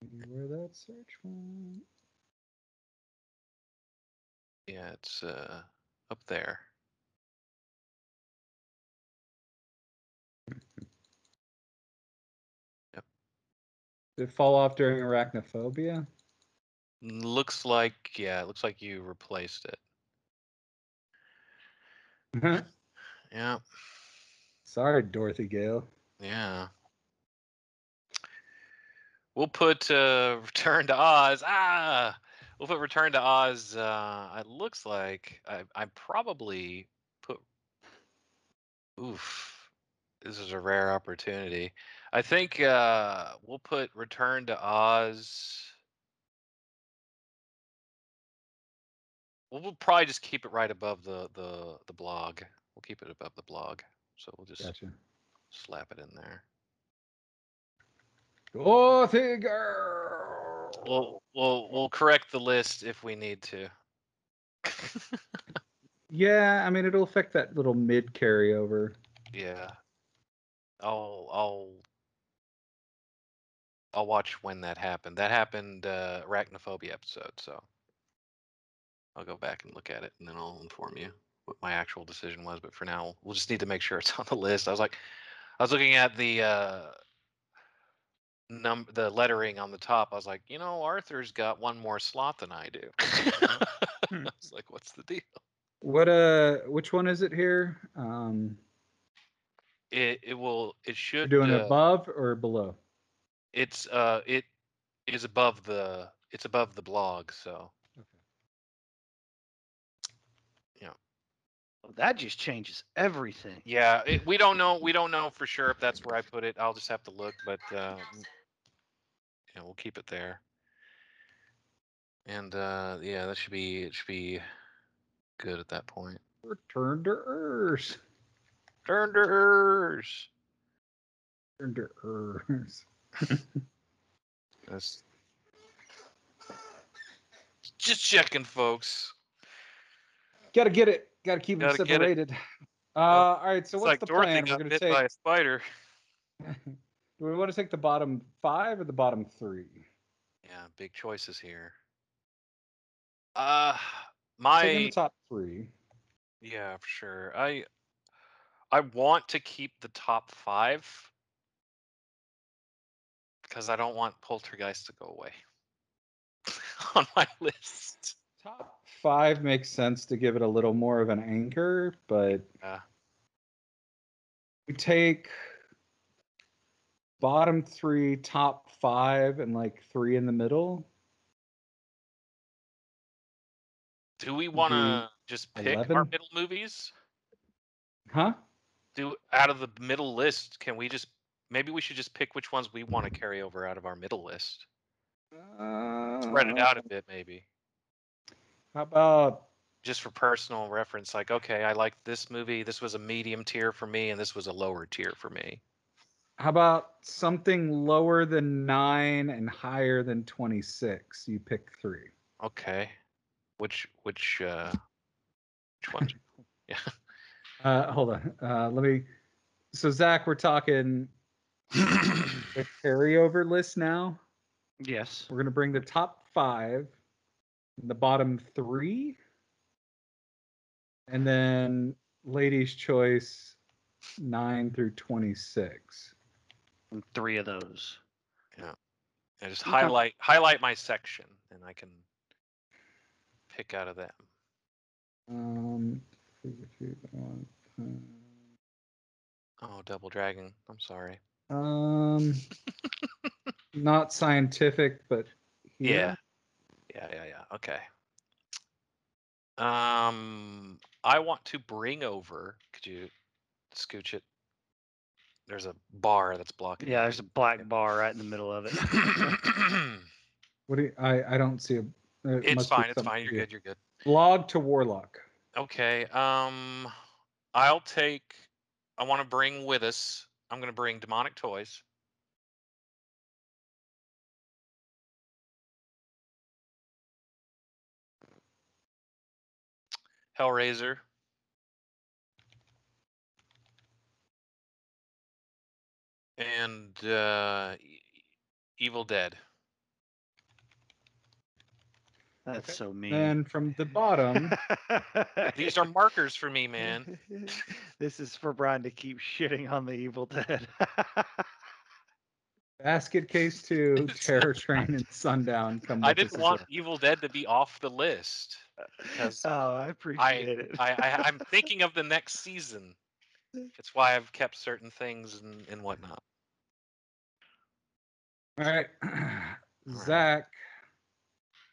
Speaker 4: Maybe Where that search went.
Speaker 1: Yeah, it's uh up there.
Speaker 4: Did it fall off during arachnophobia?
Speaker 1: Looks like yeah, it looks like you replaced it.
Speaker 4: Mm-hmm.
Speaker 1: Yeah,
Speaker 4: Sorry, Dorothy Gale.
Speaker 1: yeah. We'll put uh, Return to Oz. Ah, we'll put Return to Oz. Uh, it looks like I, I probably put. Oof, this is a rare opportunity. I think uh, we'll put Return to Oz. We'll, we'll probably just keep it right above the the the blog. We'll keep it above the blog. So we'll just
Speaker 4: Gotcha.
Speaker 1: slap it in there.
Speaker 4: Dorothy Girl.
Speaker 1: We'll we'll we'll correct the list if we need to.
Speaker 4: Yeah, I mean it'll affect that little mid carryover.
Speaker 1: yeah. I'll I'll I'll watch when that happened. That happened uh arachnophobia episode, so I'll go back and look at it and then I'll inform you what my actual decision was, but for now we'll just need to make sure it's on the list. I was like I was looking at the uh num the lettering on the top. I was like, you know, Arthur's got one more slot than I do. I was like, what's the deal?
Speaker 4: What uh which one is it here? Um
Speaker 1: It it will it
Speaker 4: we're
Speaker 1: should
Speaker 4: doing
Speaker 1: uh,
Speaker 4: above or below?
Speaker 1: it's uh it is above the it's above the blog so
Speaker 2: Well, Oh, that just changes everything.
Speaker 1: yeah it, we don't know we don't know for sure if that's where i put it i'll just have to mm, look but uh yeah we'll keep it there And uh, yeah, that should be it should be good at that point.
Speaker 4: Return to Earth.
Speaker 1: Turn to Earth.
Speaker 4: Return to Earth.
Speaker 1: That's just checking, folks.
Speaker 4: Gotta get it. Gotta keep them
Speaker 1: Gotta get it.
Speaker 4: separated. Uh, all right. So
Speaker 1: it's
Speaker 4: what's
Speaker 1: like
Speaker 4: the
Speaker 1: Dorothy
Speaker 4: plan? We're
Speaker 1: got
Speaker 4: gonna
Speaker 1: bit
Speaker 4: take.
Speaker 1: by a spider.
Speaker 4: Do we want to take the bottom five or the bottom three?
Speaker 1: Yeah, big choices here. Uh my
Speaker 4: Taking the top three.
Speaker 1: Yeah, for sure. I I want to keep the top five because I don't want Poltergeist to go away on my list.
Speaker 4: Top five makes sense to give it a little more of an anchor, but
Speaker 1: Yeah.
Speaker 4: we take bottom three, top five, and like three in the middle.
Speaker 1: Do we want to just pick our
Speaker 4: 11?
Speaker 1: middle movies?
Speaker 4: Huh?
Speaker 1: Do out of the middle list, can we just maybe we should just pick which ones we want to carry over out of our middle list?
Speaker 4: Uh,
Speaker 1: Spread it out a bit, maybe.
Speaker 4: How about
Speaker 1: Just for personal reference, like, okay, I like this movie. This was a medium tier for me, and this was a lower tier for me.
Speaker 4: how about something lower than nine and higher than twenty six? You pick three.
Speaker 1: Okay. Which which uh which one?
Speaker 4: Uh, hold on. Uh, let me. So Zach, we're talking the carryover list now.
Speaker 2: Yes.
Speaker 4: We're gonna bring the top five, the bottom three, and then ladies' choice nine through twenty-six.
Speaker 2: And three of those.
Speaker 1: I just
Speaker 4: Okay.
Speaker 1: highlight highlight my section and I can pick out of that.
Speaker 4: Um, three, two, one,
Speaker 1: Oh, Double Dragon. I'm sorry.
Speaker 4: um, not scientific, but
Speaker 1: Yeah. Yeah, yeah, yeah. Okay. Um I want to bring over could you scooch it? There's a bar that's blocking.
Speaker 2: Yeah,
Speaker 1: it.
Speaker 2: there's a black bar right in the middle of it.
Speaker 4: What do you, I? I don't see a. it
Speaker 1: it's
Speaker 4: must be
Speaker 1: fine, it's
Speaker 4: something
Speaker 1: fine. You're
Speaker 4: here.
Speaker 1: good, you're good.
Speaker 4: Log to warlock.
Speaker 1: Okay. Um, I'll take. I want to bring with us. I'm going to bring demonic toys. Hellraiser. And uh, E- Evil Dead.
Speaker 2: That's
Speaker 4: Okay.
Speaker 2: so mean.
Speaker 4: Then from the bottom,
Speaker 1: These are markers for me, man.
Speaker 2: this is for Brian to keep shitting on the Evil Dead.
Speaker 4: basket case two, terror train, and sundown. Come
Speaker 1: I
Speaker 4: with us
Speaker 1: didn't
Speaker 4: as
Speaker 1: want
Speaker 4: well.
Speaker 1: Evil Dead to be off the list. Because
Speaker 2: oh, I appreciate it.
Speaker 1: I, I I'm thinking of the next season. It's why I've kept certain things and, and whatnot.
Speaker 4: All right. Zach.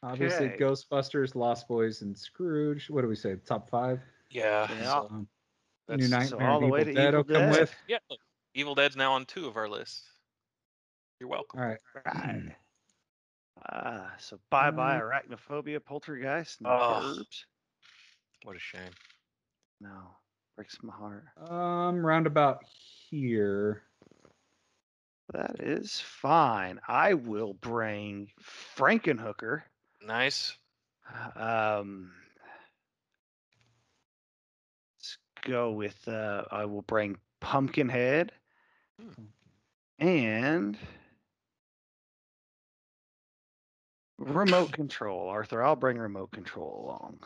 Speaker 4: Obviously,
Speaker 2: Okay.
Speaker 4: Ghostbusters, Lost Boys, and Scrooge. What do we say? Top five?
Speaker 1: Yeah.
Speaker 2: Yeah.
Speaker 4: Um, New
Speaker 1: That's-
Speaker 2: so
Speaker 4: Nightmare,
Speaker 2: all
Speaker 4: and
Speaker 2: the way
Speaker 4: Evil
Speaker 2: to
Speaker 4: Dead
Speaker 2: Evil
Speaker 4: will come
Speaker 2: Dead.
Speaker 4: with.
Speaker 1: yeah. look, Evil Dead's now on two of our lists. You're welcome.
Speaker 4: All right.
Speaker 2: Right. Ah, so bye bye
Speaker 4: Um,
Speaker 2: arachnophobia, poltergeist, and
Speaker 1: Ugh.
Speaker 2: herbs.
Speaker 1: What a shame.
Speaker 2: No, breaks my heart.
Speaker 4: Um, roundabout here.
Speaker 2: That is fine. I will bring Frankenhooker.
Speaker 1: Nice.
Speaker 2: Um, let's go with. Uh, I will bring Pumpkinhead, Hmm. and remote control. Arthur, I'll bring remote control along.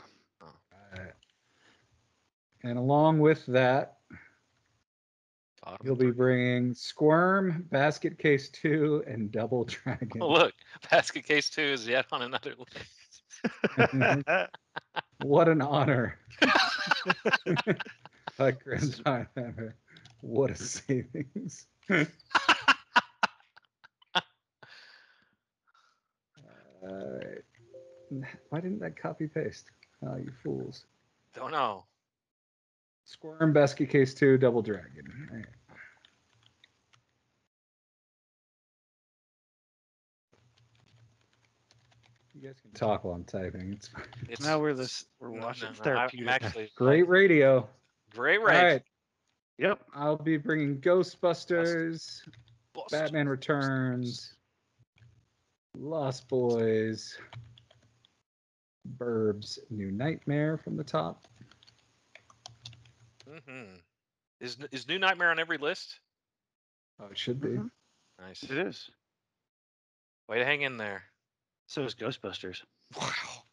Speaker 4: And along with that,
Speaker 1: Bottom
Speaker 4: you'll be
Speaker 1: three.
Speaker 4: bringing Squirm, Basket Case 2, and Double Dragon.
Speaker 1: Oh, look, Basket Case 2 is yet on another list.
Speaker 2: Uh,
Speaker 4: What an honor. By Chris Hammer. What a savings. Alright. Why didn't that copy paste? Oh, you fools.
Speaker 1: Don't know.
Speaker 4: Squirm, Basket Case 2, Double Dragon. Alright. You guys can talk while I'm typing. It's fine.
Speaker 1: It's
Speaker 2: now we're this we're
Speaker 1: no, no,
Speaker 2: watching
Speaker 1: no, I-
Speaker 2: therapeutic.
Speaker 1: I'm actually
Speaker 4: great radio.
Speaker 1: great
Speaker 4: All
Speaker 1: right.
Speaker 4: right,
Speaker 2: Yep.
Speaker 4: I'll be bringing Ghostbusters,
Speaker 1: Bust.
Speaker 4: Batman Returns, Lost Boys, Burbs, New Nightmare from the top.
Speaker 1: Mhm. Is is New Nightmare on every list?
Speaker 4: Oh, it should be.
Speaker 2: Mhm.
Speaker 1: Nice.
Speaker 2: It is.
Speaker 1: Way to hang in there.
Speaker 2: So is Ghostbusters.
Speaker 1: Wow.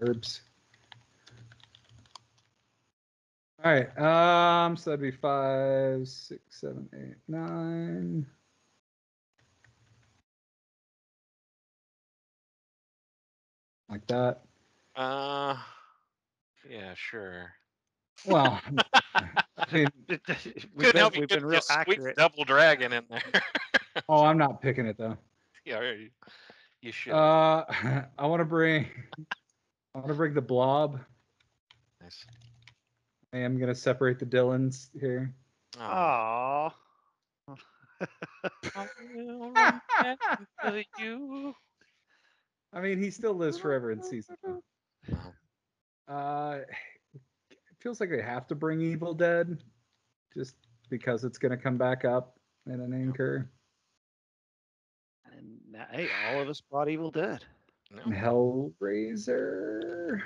Speaker 4: Herbs. All right. Um. So that'd be five, six, seven, eight, nine. Like that.
Speaker 1: Uh, yeah, sure.
Speaker 4: Well, I mean,
Speaker 2: we've
Speaker 1: Couldn't
Speaker 2: been,
Speaker 1: help you
Speaker 2: we've
Speaker 1: get
Speaker 2: been real
Speaker 1: this sweet
Speaker 2: accurate.
Speaker 1: Double dragon in there.
Speaker 4: oh, I'm not picking it though.
Speaker 1: yeah, you, you should.
Speaker 4: Uh, I want to bring. I want to bring the blob.
Speaker 1: nice.
Speaker 4: I am gonna separate the Dylans here.
Speaker 1: Oh,
Speaker 2: Aww.
Speaker 1: I will remember you.
Speaker 4: I mean, he still lives forever in season. one.
Speaker 1: Uh-huh.
Speaker 4: Uh, it feels like they have to bring Evil Dead, just because it's gonna come back up in an anchor.
Speaker 2: And now, hey, all of us brought Evil Dead.
Speaker 1: No,
Speaker 4: And Hellraiser.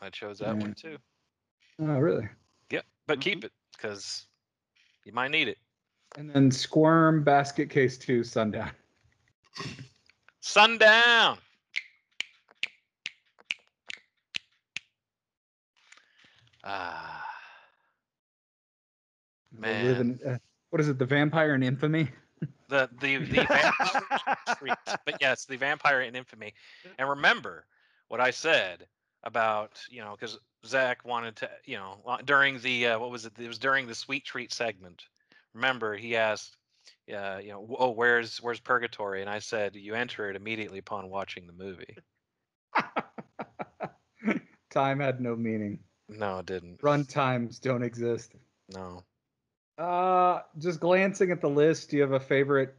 Speaker 1: I chose that one too.
Speaker 4: Oh, really?
Speaker 1: Yep, but keep it because you might need it.
Speaker 4: And then Squirm, Basket Case Two, Sundown.
Speaker 1: Sundown. Ah,
Speaker 4: They live
Speaker 1: Man.
Speaker 4: in- uh, what is it? The Vampire and Infamy.
Speaker 1: the the the vampire trees. but yes, the vampire in infamy. And remember what I said about you know because Zach wanted to you know wa- during the uh, what was it? It was during the sweet treat segment. Remember he asked, uh, you know, oh where's where's purgatory? And I said you enter it immediately upon watching the movie.
Speaker 4: Time had no meaning.
Speaker 1: No, it didn't.
Speaker 4: Run times don't exist.
Speaker 1: No.
Speaker 4: Uh, just glancing at the list, do you have a favorite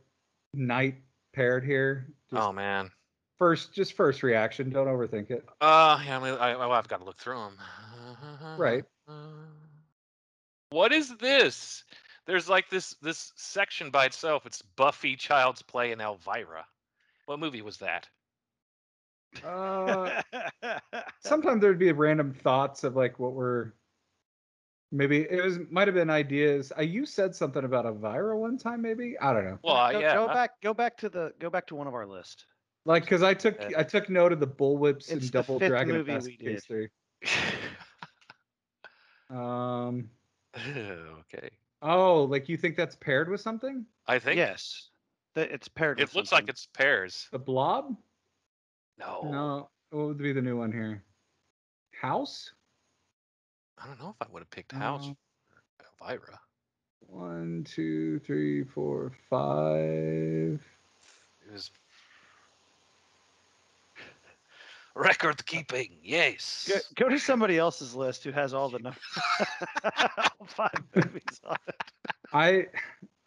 Speaker 4: night paired here? Just
Speaker 2: Um.
Speaker 1: Oh man.
Speaker 4: First, just first reaction. Don't overthink it.
Speaker 1: Uh, yeah, I mean, I, well, I've got to look through them.
Speaker 4: Right.
Speaker 1: What is this? There's like this this section by itself. It's Buffy, Child's Play, and Elvira. What movie was that?
Speaker 4: Uh, sometimes there'd be random thoughts of like what were maybe it was might have been ideas. Uh, you said something about Elvira one time, maybe I don't know.
Speaker 1: Well, uh,
Speaker 2: go,
Speaker 1: yeah,
Speaker 2: Go
Speaker 1: uh,
Speaker 2: back. Go back to the. Go back to one of our list.
Speaker 4: Like because I took I took note of the bullwhips
Speaker 2: It's
Speaker 4: and
Speaker 2: the
Speaker 4: double
Speaker 2: fifth
Speaker 4: dragon
Speaker 2: movie
Speaker 4: Fast
Speaker 2: we
Speaker 4: and Furious
Speaker 2: did.
Speaker 4: three. Um.
Speaker 1: okay.
Speaker 4: Oh, like you think that's paired with something?
Speaker 1: I think
Speaker 2: yes, that it's paired.
Speaker 1: it
Speaker 2: with
Speaker 1: looks
Speaker 2: something.
Speaker 1: like it's pairs.
Speaker 4: The Blob?
Speaker 1: No,
Speaker 4: No. What would be the new one here? House.
Speaker 1: I don't know if I would have picked House
Speaker 4: No.
Speaker 1: for Elvira.
Speaker 4: One, two, three, four, five.
Speaker 1: It was record keeping. Yes.
Speaker 2: Go, go to somebody else's list who has all the numbers. all five movies on it.
Speaker 4: I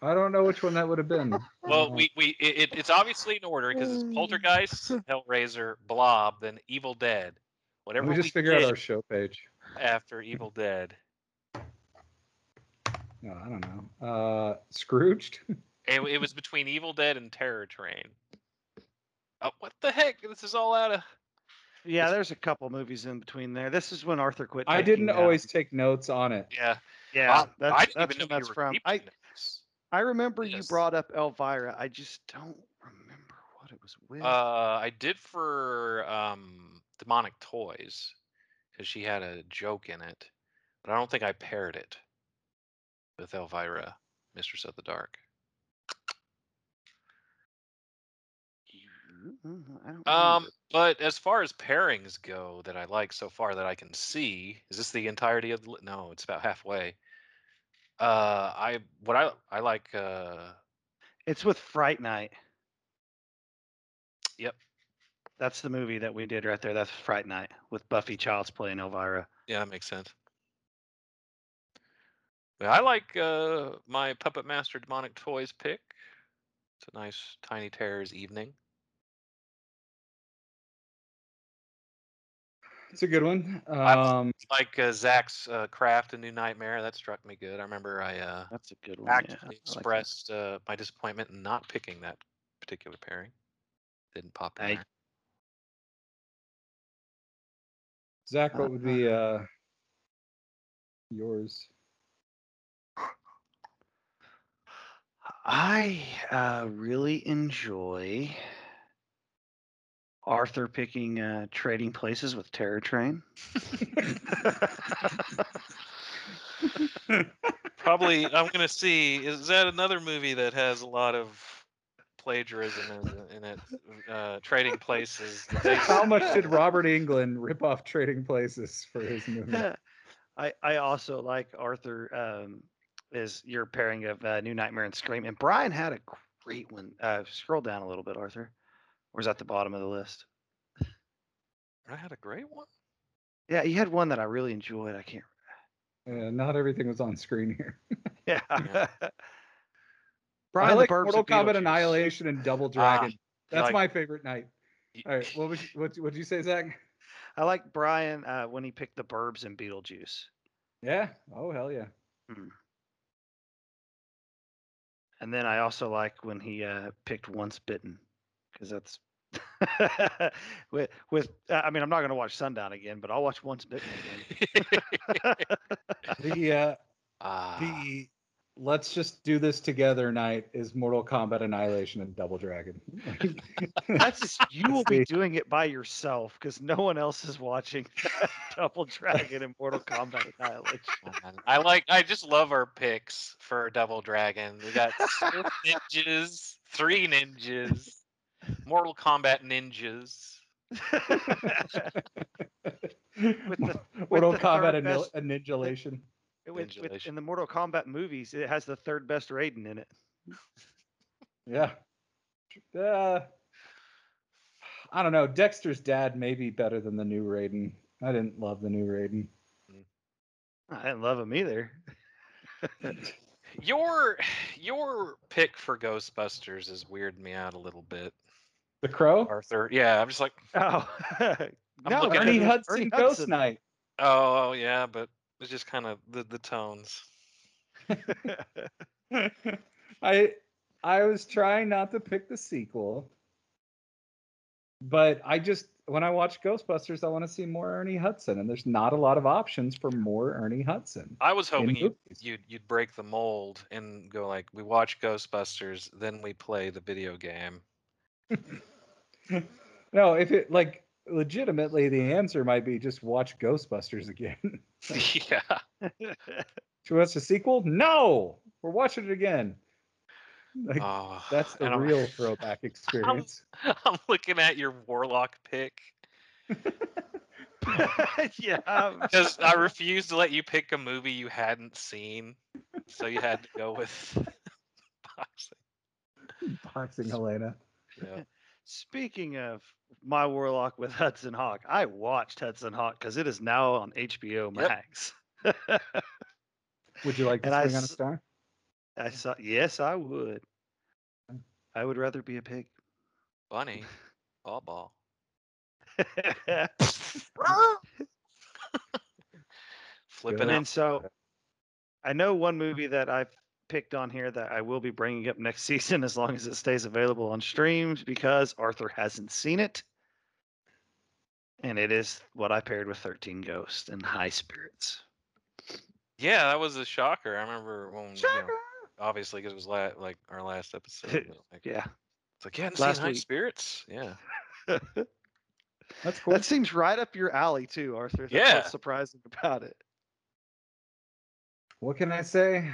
Speaker 4: I don't know which one that would have been.
Speaker 1: Well,
Speaker 4: Uh,
Speaker 1: we, we it, it's obviously in order because
Speaker 4: Mm.
Speaker 1: it's Poltergeist, Hellraiser, Blob, then Evil Dead.
Speaker 4: let
Speaker 1: Whatever
Speaker 4: me
Speaker 1: we
Speaker 4: just figure
Speaker 1: did
Speaker 4: out our show page.
Speaker 1: after Evil Dead,
Speaker 4: No, I don't know. Uh, Scrooged.
Speaker 1: it, it was between Evil Dead and Terror Train. Oh, what the heck? This is all out of.
Speaker 2: Yeah, there's a couple movies in between there. This is when Arthur quit.
Speaker 4: I
Speaker 2: taking
Speaker 4: didn't
Speaker 2: notes.
Speaker 4: always take notes on it.
Speaker 1: Yeah,
Speaker 2: Yeah,
Speaker 1: I-
Speaker 2: that's,
Speaker 1: I didn't
Speaker 2: that's
Speaker 1: even
Speaker 2: when
Speaker 1: know you
Speaker 2: that's
Speaker 1: were
Speaker 2: from.
Speaker 1: keeping
Speaker 2: I
Speaker 1: notes.
Speaker 2: I remember you
Speaker 1: Yes.
Speaker 2: brought up Elvira. I just don't remember what it was with.
Speaker 1: Uh, I did for um demonic toys because she had a joke in it, but I don't think I paired it with Elvira, Mistress of the Dark.
Speaker 2: Mm, I don't
Speaker 1: Um,
Speaker 2: remember.
Speaker 1: but as far as pairings go that I like so far that I can see, is this the entirety of the li- no, it's about halfway. Uh I what I I like uh
Speaker 2: It's with Fright Night.
Speaker 1: Yep.
Speaker 2: That's the movie that we did right there. That's Fright Night with Buffy Child's Play and Elvira.
Speaker 1: yeah, that makes sense. But I like uh, my Puppet Master Demonic Toys pick. It's a nice Tiny Terrors evening.
Speaker 4: It's a good one.
Speaker 1: was-
Speaker 4: Um,
Speaker 1: Like uh, Zach's uh, Craft A New Nightmare, that struck me good. I remember I uh,
Speaker 2: That's a good one. yeah.
Speaker 1: actively
Speaker 2: I like that.
Speaker 1: expressed uh, my disappointment in not picking that particular pairing. Didn't pop in
Speaker 2: Hey.
Speaker 1: there.
Speaker 4: Zach, what would be uh, yours?
Speaker 2: I uh, really enjoy Arthur picking uh, trading places with Terror Train.
Speaker 1: Probably, I'm going to see. Is that another movie that has a lot of plagiarism in, in it? Uh, trading places.
Speaker 4: How much did Robert England rip off Trading Places for his movie?
Speaker 2: I I also like Arthur um, is your pairing of uh, New Nightmare and Scream, and Brian had a great one. Uh, scroll down a little bit, Arthur. Or is that the bottom of the list?
Speaker 1: I had a great one.
Speaker 2: Yeah, you had one that I really enjoyed. I can't.
Speaker 4: Uh, not everything was on screen here.
Speaker 2: Yeah.
Speaker 1: Yeah.
Speaker 4: I
Speaker 2: Brian, the
Speaker 4: like
Speaker 2: Burbs
Speaker 4: Mortal
Speaker 2: of
Speaker 4: Kombat
Speaker 2: Beetlejuice. Ah,
Speaker 4: Annihilation and Double Dragon. That's
Speaker 1: like-
Speaker 4: my favorite night.
Speaker 1: Y-
Speaker 4: All right, what was what what'd you say, Zach?
Speaker 2: I like Brian uh, when he picked the Burbs and Beetlejuice.
Speaker 4: Yeah. Oh hell yeah.
Speaker 2: And then I also like when he uh, picked Once Bitten, because that's with with. Uh, I mean, I'm not gonna watch Sundown again, but I'll watch Once Bitten again.
Speaker 4: The uh,
Speaker 1: Ah,
Speaker 4: the let's just do this together night is Mortal Kombat Annihilation and Double Dragon.
Speaker 2: That's just, you will be doing it by yourself because no one else is watching Double Dragon and Mortal Kombat Annihilation.
Speaker 1: man. I like. I just love our picks for Double Dragon. We got Sith ninjas, three ninjas, Mortal Kombat ninjas.
Speaker 2: With the,
Speaker 4: Mortal
Speaker 2: the
Speaker 4: Kombat
Speaker 2: third
Speaker 4: Annihil-
Speaker 2: best-
Speaker 4: Annihilation.
Speaker 2: with, with,
Speaker 1: Congratulations.
Speaker 2: in the Mortal Kombat movies, it has the third best Raiden in it.
Speaker 4: Yeah. Uh, I don't know. Dexter's dad may be better than the new Raiden. I didn't love the new Raiden.
Speaker 2: I didn't love him either.
Speaker 1: Your your pick for Ghostbusters has weirded me out a little bit,
Speaker 4: The Crow?
Speaker 1: Arthur. Yeah, I'm just like,
Speaker 2: Oh, no,
Speaker 1: looking at-
Speaker 4: Ernie
Speaker 2: because
Speaker 4: Hudson,
Speaker 2: Ernie
Speaker 4: Ghost
Speaker 2: Hudson.
Speaker 4: Night.
Speaker 1: oh yeah, but it's just kind of the the tones.
Speaker 4: I I was trying not to pick the sequel, but I just when I watch Ghostbusters, I want to see more Ernie Hudson, and there's not a lot of options for more Ernie Hudson.
Speaker 1: I was hoping
Speaker 4: in
Speaker 1: you
Speaker 4: movies.
Speaker 1: you'd you'd break the mold and go like, we watch Ghostbusters, then we play the video game.
Speaker 4: No, if it like legitimately, the answer might be just watch Ghostbusters again.
Speaker 1: yeah.
Speaker 4: to us, a sequel? No, we're watching it again. Like
Speaker 1: Oh,
Speaker 4: that's the
Speaker 1: and I'm-
Speaker 4: real throwback experience.
Speaker 1: I'm looking at your warlock pick
Speaker 2: yeah. um, I'm-
Speaker 1: because I refused to let you pick a movie you hadn't seen, so you had to go with boxing.
Speaker 4: Boxing Helena.
Speaker 1: Yeah.
Speaker 2: Speaking of my warlock with Hudson Hawk, I watched Hudson Hawk because it is now on HBO
Speaker 1: Yep.
Speaker 2: Max.
Speaker 4: Would you like to
Speaker 2: And I
Speaker 4: swing on a
Speaker 2: s-
Speaker 4: star?
Speaker 2: I saw. Yes, I would. I would rather be a pig.
Speaker 1: Bunny, ball ball. Flipping
Speaker 4: Good.
Speaker 2: and
Speaker 1: out.
Speaker 2: so, I know one movie that I've picked on here that I will be bringing up next season as long as it stays available on streams because Arthur hasn't seen it. And it is what I paired with 13 Ghosts and High Spirits.
Speaker 1: Yeah, that was a shocker. I remember when, you know, obviously, because it was la- like our last episode. but, Like,
Speaker 2: Yeah.
Speaker 1: It's like, yeah, and
Speaker 2: Last
Speaker 1: high
Speaker 2: week.
Speaker 1: spirits. Yeah.
Speaker 4: That's cool.
Speaker 2: That seems right up your alley, too, Arthur. That's
Speaker 1: Yeah.
Speaker 2: what's surprising about it.
Speaker 4: What can I say?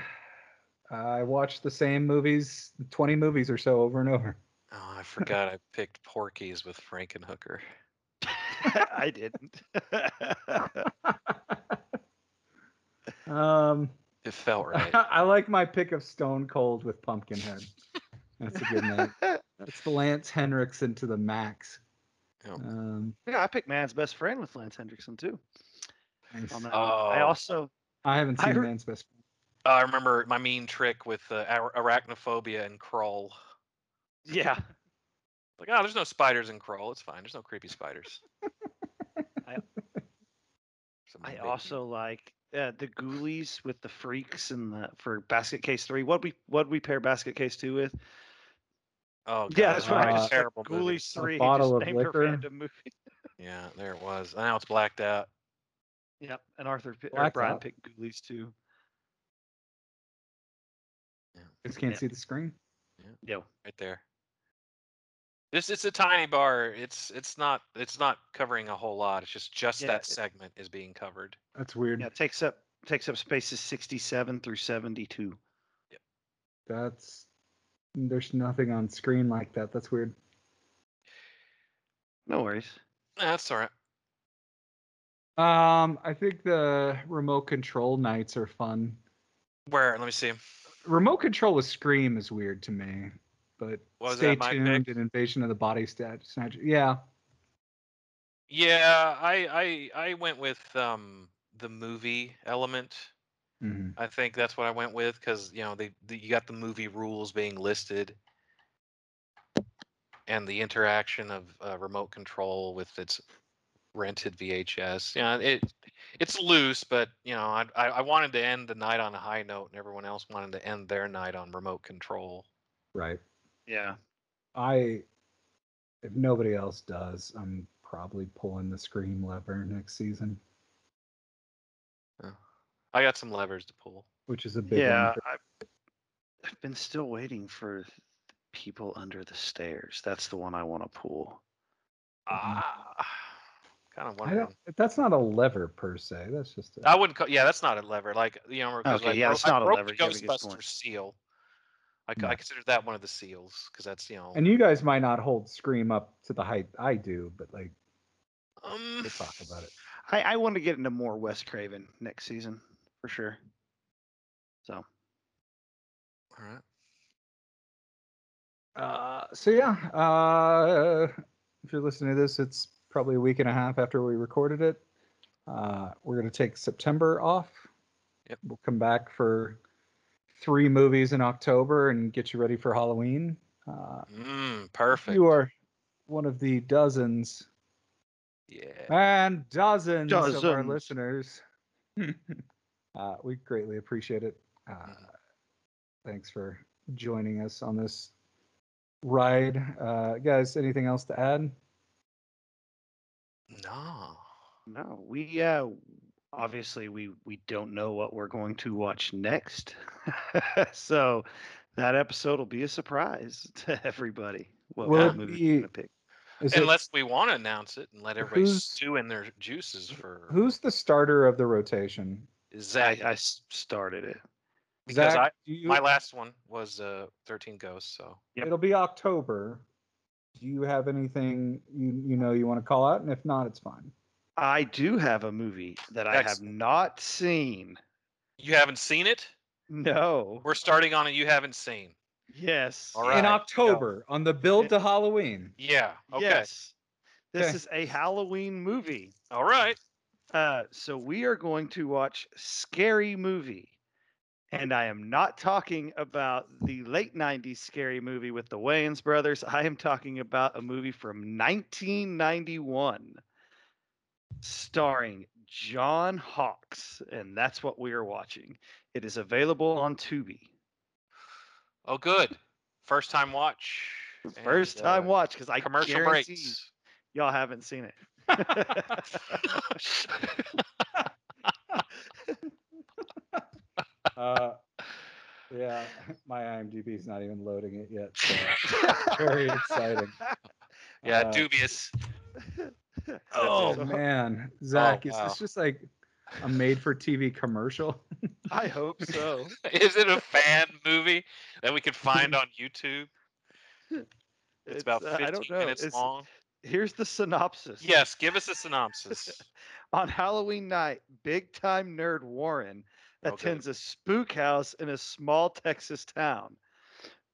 Speaker 4: I watched the same movies, 20 movies or so over and over.
Speaker 1: Oh, I forgot I picked Porky's with Frankenhooker.
Speaker 2: I didn't.
Speaker 4: Um,
Speaker 1: It felt right.
Speaker 4: I like my pick of Stone Cold with Pumpkinhead. That's a good name. It's the Lance Henriksen to the max.
Speaker 1: Yeah.
Speaker 4: Um,
Speaker 2: yeah, I picked Man's Best Friend with Lance Hendrickson, too.
Speaker 4: thanks.
Speaker 2: on that one.
Speaker 1: Oh.
Speaker 2: I also
Speaker 4: I haven't
Speaker 2: I
Speaker 4: seen
Speaker 2: heard-
Speaker 4: Man's Best.
Speaker 1: Uh, I remember my mean trick with uh, ar- arachnophobia and crawl.
Speaker 2: Yeah,
Speaker 1: Like, oh, there's no spiders in crawl. It's fine. There's no creepy spiders.
Speaker 2: I-
Speaker 1: Someone
Speaker 2: I
Speaker 1: made-
Speaker 2: also like uh, the Ghoulies with the freaks and the for basket case three. What we what we pair basket case two with?
Speaker 1: Oh,
Speaker 2: yeah,
Speaker 1: God,
Speaker 2: that's
Speaker 1: that
Speaker 2: what
Speaker 1: was
Speaker 2: I
Speaker 1: a
Speaker 2: just said,
Speaker 1: terrible movie.
Speaker 2: Ghoulies three. he
Speaker 4: bottle
Speaker 2: just
Speaker 4: of
Speaker 2: named a
Speaker 4: liquor.
Speaker 2: random movie.
Speaker 1: Yeah, there it was. Now it's blacked out.
Speaker 2: Yep, and Arthur pi- or
Speaker 4: Blacked
Speaker 2: Brian
Speaker 4: out.
Speaker 2: picked Ghoulies too.
Speaker 4: Just can't
Speaker 2: Yeah.
Speaker 4: see the screen.
Speaker 2: Yeah,
Speaker 1: right there. This it's a tiny bar. It's it's not it's not covering a whole lot. It's just just
Speaker 2: Yeah,
Speaker 1: that
Speaker 2: it-
Speaker 1: segment is being covered.
Speaker 4: That's weird.
Speaker 2: yeah, it takes up takes up spaces sixty seven through seventy two.
Speaker 4: That's there's nothing on screen like that. That's weird.
Speaker 2: No worries.
Speaker 1: That's all right.
Speaker 4: Um, I think the remote control nights are fun.
Speaker 1: Where? Let me see.
Speaker 4: Remote control with Scream is weird to me, but
Speaker 1: Was
Speaker 4: stay
Speaker 1: that my
Speaker 4: tuned.
Speaker 1: pick?
Speaker 4: An invasion of the body stat- snatch. Yeah,
Speaker 1: Yeah, I I I went with um the movie element.
Speaker 4: Mhm.
Speaker 1: I think that's what I went with because you know they the, you got the movie rules being listed, and the interaction of uh, remote control with its rented VHS. Yeah, it it's loose, but you know I, I I wanted to end the night on a high note, and everyone else wanted to end their night on remote control.
Speaker 4: right.
Speaker 2: Yeah,
Speaker 4: I if nobody else does, I'm probably pulling the Scream lever next season,
Speaker 1: I got some levers to pull.
Speaker 4: which is a big
Speaker 2: yeah.
Speaker 4: one. for-
Speaker 2: I, I've been still waiting for people under the stairs. That's the one I want to pull.
Speaker 1: Ah, kind of
Speaker 4: Mm-hmm. I
Speaker 1: wondering.
Speaker 4: don't. That's not a lever per se. That's just. A,
Speaker 1: I wouldn't. Call, yeah, that's not a lever. Like you know, because
Speaker 2: Okay,
Speaker 1: like,
Speaker 2: yeah,
Speaker 1: bro-
Speaker 2: it's
Speaker 1: I
Speaker 2: not a
Speaker 1: broke
Speaker 2: lever.
Speaker 1: the
Speaker 2: You have a good
Speaker 1: Ghostbusters
Speaker 2: point.
Speaker 1: seal. I, c-
Speaker 4: No.
Speaker 1: I consider that one of the seals because that's you know.
Speaker 4: and you guys might not hold Scream up to the height I do, but like
Speaker 1: um,
Speaker 4: we'll talk about it.
Speaker 2: I, I want to get into more Wes Craven next season for sure. So
Speaker 1: all right.
Speaker 4: Uh, so yeah, uh, if you're listening to this, it's probably a week and a half after we recorded it. Uh, we're gonna take September off.
Speaker 1: Yep.
Speaker 4: We'll come back for three movies in October and get you ready for Halloween. Uh,
Speaker 1: Mm, perfect.
Speaker 4: you are one of the dozens
Speaker 1: yeah.
Speaker 4: and dozens, of our
Speaker 2: Dozens.
Speaker 4: listeners. uh, we greatly appreciate it. Uh,
Speaker 1: Mhm.
Speaker 4: thanks for joining us on this ride, uh, guys. Anything else to add?
Speaker 1: No.
Speaker 2: no, we uh obviously we we don't know what we're going to watch next. so that episode will be a surprise to everybody. What,
Speaker 4: Will
Speaker 2: what
Speaker 4: it
Speaker 2: movie
Speaker 4: be-
Speaker 2: we're gonna pick?
Speaker 4: Is it-
Speaker 1: Unless we want to announce it and let everybody
Speaker 4: Who's-
Speaker 1: stew in their juices for
Speaker 4: who's the starter of the rotation?
Speaker 2: I,
Speaker 1: Zach
Speaker 2: I s- started it.
Speaker 1: because
Speaker 4: Zach,
Speaker 1: I
Speaker 4: do you,
Speaker 1: my last one was uh 13 Ghosts. So
Speaker 2: Yep.
Speaker 4: it'll be October. Do you have anything you you know you want to call out? And if not, it's fine.
Speaker 2: I do have a movie that I have
Speaker 1: Excellent.
Speaker 2: not seen.
Speaker 1: you haven't seen it.
Speaker 2: No.
Speaker 1: We're starting on it. You haven't seen.
Speaker 2: Yes.
Speaker 1: All right.
Speaker 4: In October, on the build to Halloween.
Speaker 1: Yeah. Okay.
Speaker 2: Yes. This
Speaker 4: Okay.
Speaker 2: is a Halloween movie.
Speaker 1: All right.
Speaker 2: Uh, so we are going to watch Scary Movie. And I am not talking about the late 90s scary movie with the Wayans brothers. I am talking about a movie from 1991 starring John Hawkes. And that's what we are watching. It is available on Tubi.
Speaker 1: Oh, good. First time watch. and,
Speaker 2: First time
Speaker 1: uh,
Speaker 2: watch because I
Speaker 1: commercial
Speaker 2: guarantee
Speaker 1: breaks.
Speaker 2: y'all haven't seen it.
Speaker 4: Uh, yeah, my IMDb is not even loading it yet. So uh, very exciting.
Speaker 1: Yeah,
Speaker 4: Uh,
Speaker 1: dubious.
Speaker 4: Oh
Speaker 2: So-
Speaker 4: man, Zach, is
Speaker 1: wow.
Speaker 4: this just like a made-for-TV commercial?
Speaker 2: I hope so.
Speaker 1: Is it a fan movie that we could find on YouTube? It's, about
Speaker 2: uh,
Speaker 1: 15 minutes
Speaker 2: It's-
Speaker 1: long.
Speaker 2: Here's the synopsis.
Speaker 1: Yes, give us a synopsis.
Speaker 2: On Halloween night, big time nerd Warren
Speaker 1: Okay.
Speaker 2: attends a spook house in a small Texas town.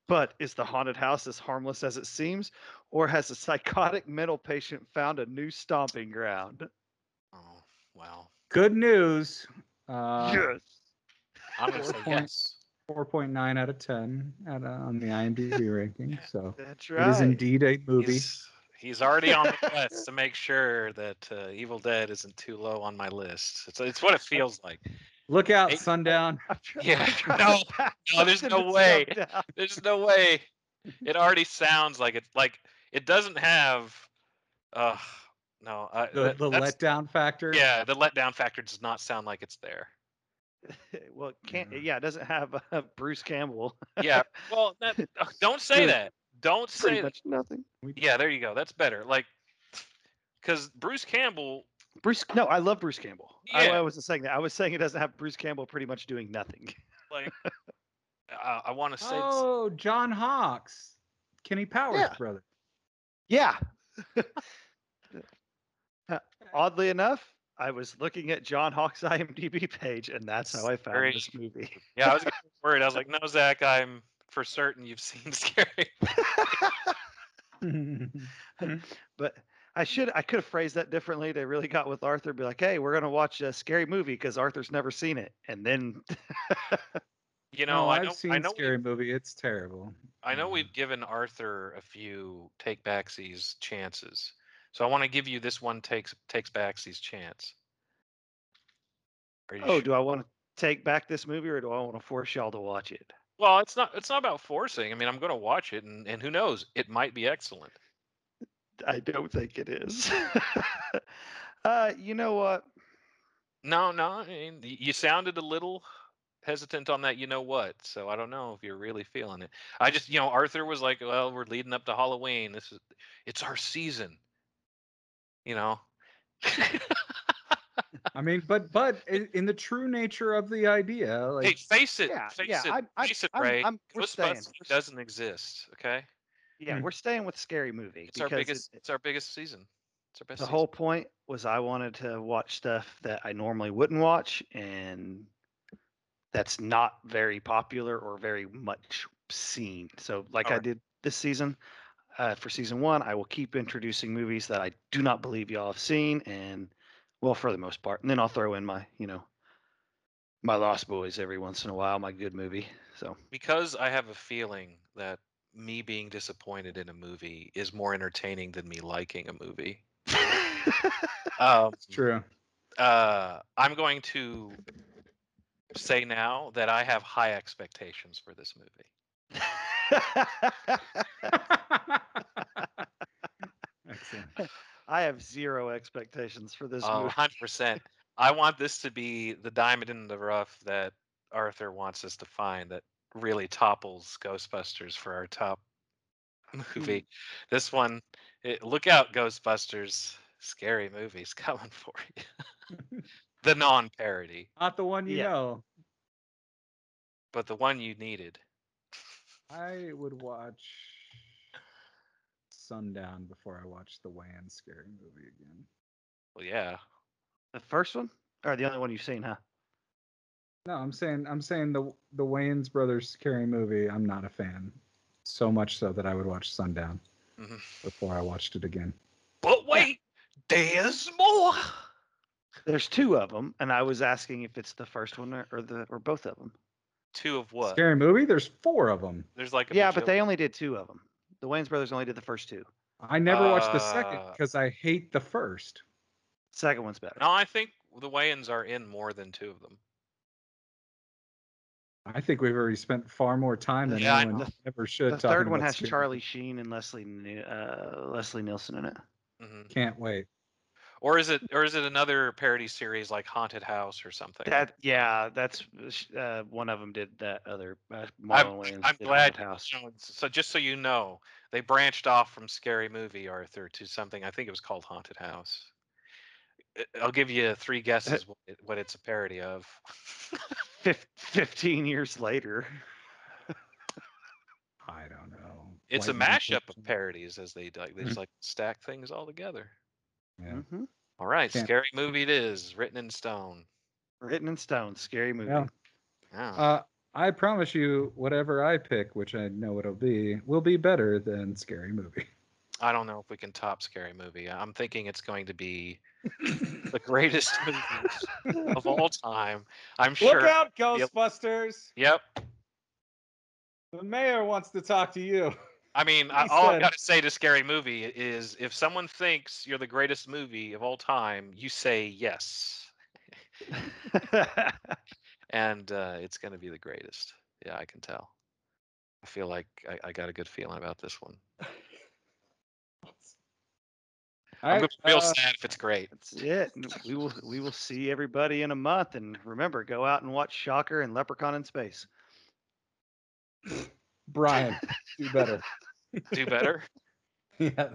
Speaker 2: But is the haunted house as harmless as it seems, or has a psychotic mental patient found a new stomping ground?
Speaker 1: oh, wow.
Speaker 4: Good news. Uh,
Speaker 2: yes.
Speaker 1: I'm going to
Speaker 4: Four
Speaker 1: say
Speaker 4: point-
Speaker 1: yes.
Speaker 4: 4.9 out of 10 at, uh, on the IMDb ranking. So
Speaker 2: That's
Speaker 4: it is indeed a movie.
Speaker 1: He's, he's already on the quest to make sure that uh, Evil Dead isn't too low on my list. It's, it's what it feels like.
Speaker 4: Look out,
Speaker 1: Eight-
Speaker 4: sundown.
Speaker 2: I'm try-
Speaker 1: Yeah,
Speaker 2: I'm trying
Speaker 1: no,
Speaker 2: to pass
Speaker 1: no, there's
Speaker 2: something
Speaker 1: no
Speaker 2: that's
Speaker 1: way.
Speaker 2: dumbed down.
Speaker 1: There's no way. It already sounds like it's like it doesn't have. Uh, no, I,
Speaker 4: The,
Speaker 1: that-
Speaker 4: the
Speaker 1: that's-
Speaker 4: letdown factor.
Speaker 1: Yeah, the letdown factor does not sound like it's there.
Speaker 2: well, it can't
Speaker 4: Yeah.
Speaker 2: yeah, it doesn't have uh, Bruce Campbell.
Speaker 1: Yeah. Well, that, ugh, don't say
Speaker 2: Really?
Speaker 1: that. Don't say
Speaker 2: Pretty
Speaker 1: that.
Speaker 2: much nothing.
Speaker 1: Yeah, there you go. That's better. Like, because Bruce Campbell.
Speaker 2: Bruce, no, I love Bruce Campbell. I,
Speaker 1: Yeah.
Speaker 2: I wasn't saying that. I was saying it doesn't have Bruce Campbell pretty much doing nothing.
Speaker 1: Uh, I want to say. it's-
Speaker 4: Oh, John Hawks, Kenny Powers
Speaker 2: Yeah.
Speaker 4: brother.
Speaker 2: Yeah. Uh, Oddly enough, I was looking at John Hawk's IMDb page, and that's how I found
Speaker 1: Very-
Speaker 2: this movie.
Speaker 1: Yeah, I was getting worried. I was like, no, Zach, I'm for certain you've seen Scary.
Speaker 2: but I should I could have phrased that differently. They really got with Arthur, be like, "Hey, we're gonna watch a scary movie because Arthur's never seen it," and then
Speaker 1: You know,
Speaker 4: no,
Speaker 1: I
Speaker 4: Oh, I've
Speaker 1: know,
Speaker 4: seen
Speaker 1: I know,
Speaker 4: Scary Movie. It's terrible.
Speaker 1: I know
Speaker 4: Yeah.
Speaker 1: we've given Arthur a few take backsies chances. So I want to give you this one takes takes backsies chance. Are you
Speaker 2: oh,
Speaker 1: sure?
Speaker 2: do I want to take back this movie or do I want to force y'all to watch it?
Speaker 1: well, it's not it's not about forcing. I mean, I'm going to watch it, and, and who knows, it might be excellent.
Speaker 2: I don't think it is. uh, you know what?
Speaker 1: No, no, I mean, eh, y- you sounded a little hesitant on that. You know what? So I don't know if you're really feeling it. I just, you know, Arthur was like, "Well, we're leading up to Halloween. This is, it's our season." You know,
Speaker 4: I mean, but but i- in the true nature of the idea,
Speaker 1: hey,
Speaker 4: like
Speaker 1: face it,
Speaker 2: yeah,
Speaker 1: face
Speaker 2: yeah.
Speaker 1: it,
Speaker 2: I, I,
Speaker 1: face it,
Speaker 2: I'm,
Speaker 1: Ray.
Speaker 2: I'm- we're staying.
Speaker 1: Ghostbusters
Speaker 2: We're-
Speaker 1: doesn't exist. Okay,
Speaker 2: yeah,
Speaker 4: Hmm.
Speaker 2: we're staying with scary movie
Speaker 1: it's our
Speaker 2: because
Speaker 1: biggest.
Speaker 2: it-
Speaker 1: it's our biggest season. It's our best.
Speaker 2: the
Speaker 1: season.
Speaker 2: whole point was I wanted to watch stuff that I normally wouldn't watch, and that's not very popular or very much seen. So, like I
Speaker 1: Alright.
Speaker 2: did this season uh, for season one, I will keep introducing movies that I do not believe y'all have seen, and well, for the most part, and then I'll throw in my, you know, my Lost Boys every once in a while, my good movie. So,
Speaker 1: because I have a feeling that me being disappointed in a movie is more entertaining than me liking a movie. um,
Speaker 4: true.
Speaker 1: uh, I'm going to say now that I have high expectations for this movie.
Speaker 4: Excellent.
Speaker 2: I have zero expectations for this
Speaker 1: Oh,
Speaker 2: movie.
Speaker 1: 100%. I want this to be the diamond in the rough that Arthur wants us to find that really topples Ghostbusters for our top movie. This one, it, look out, Ghostbusters. Scary movies coming for you. the non parody,
Speaker 4: Not the one you
Speaker 2: Yeah.
Speaker 4: know.
Speaker 1: but the one you needed.
Speaker 4: I would watch Sundown before I watch the Wan Scary Movie again.
Speaker 1: Well, yeah.
Speaker 2: The first one, or the only one you've seen, huh?
Speaker 4: No, I'm saying I'm saying the the Wayans brothers scary movie. I'm not a fan, so much so that I would watch Sundown
Speaker 1: Mhm.
Speaker 4: before I watched it again.
Speaker 1: But wait, there's more.
Speaker 2: There's two of them, and I was asking if it's the first one or, or the or both of them.
Speaker 1: two of what?
Speaker 4: Scary movie? There's four of them.
Speaker 1: There's like a
Speaker 2: Yeah, but they
Speaker 1: bajillion.
Speaker 2: only did two of them. The Wayans brothers only did the first two.
Speaker 4: I never watched the second
Speaker 1: Uh,
Speaker 4: because I hate the first.
Speaker 2: Second one's better.
Speaker 1: No, I think the Wayans are in more than two of them.
Speaker 4: I think we've already spent far more time than
Speaker 1: Yeah, I
Speaker 4: anyone
Speaker 2: know.
Speaker 4: ever should.
Speaker 2: the
Speaker 4: talking
Speaker 2: third one
Speaker 4: about
Speaker 2: has
Speaker 4: scary-
Speaker 2: Charlie Sheen and Leslie Ni- uh, Leslie Nielsen in it.
Speaker 1: hmm
Speaker 4: Can't wait.
Speaker 1: Or is it? Or is it another parody series like Haunted House or something?
Speaker 2: That yeah, that's uh, one of them did that other. Uh, Marlon
Speaker 1: I'm,
Speaker 2: Wayans
Speaker 1: I'm
Speaker 2: did
Speaker 1: glad.
Speaker 2: Haunted
Speaker 1: you
Speaker 2: House.
Speaker 1: know, so just so you know, they branched off from Scary Movie Arthur to something. I think it was called Haunted House. I- I'll give you three guesses what, it, what it's a parody of.
Speaker 2: Fif- Fifteen years later,
Speaker 4: I don't know.
Speaker 1: it's a
Speaker 4: White man
Speaker 1: mashup of
Speaker 4: fiction.
Speaker 1: parodies as they like. They just like stack things all together.
Speaker 4: Yeah.
Speaker 2: Mhm.
Speaker 1: All right,
Speaker 4: Can't-
Speaker 1: Scary Movie it is, written in stone. Ah,
Speaker 2: written in stone, scary movie.
Speaker 4: Yeah.
Speaker 1: Yeah.
Speaker 4: Uh, I promise you, whatever I pick, which I know it'll be, will be better than Scary Movie.
Speaker 1: I don't know if we can top Scary Movie. I'm thinking it's going to be the greatest movies of all time. I'm sure.
Speaker 3: Look out, Ghostbusters!
Speaker 1: Yep.
Speaker 3: The mayor wants to talk to you.
Speaker 1: I mean, I,
Speaker 3: He
Speaker 1: all I've
Speaker 3: said-
Speaker 1: got to say to Scary Movie is if someone thinks you're the greatest movie of all time, you say yes. And uh, it's going to be the greatest. Yeah, I can tell. I feel like I, I got a good feeling about this one.
Speaker 3: All
Speaker 1: I'm
Speaker 3: right,
Speaker 1: going to feel
Speaker 3: uh,
Speaker 1: sad if it's great.
Speaker 2: That's it. We will we will see everybody in a month. And remember, go out and watch Shocker and Leprechaun in Space.
Speaker 4: Brian, do better.
Speaker 1: Do better
Speaker 4: yeah.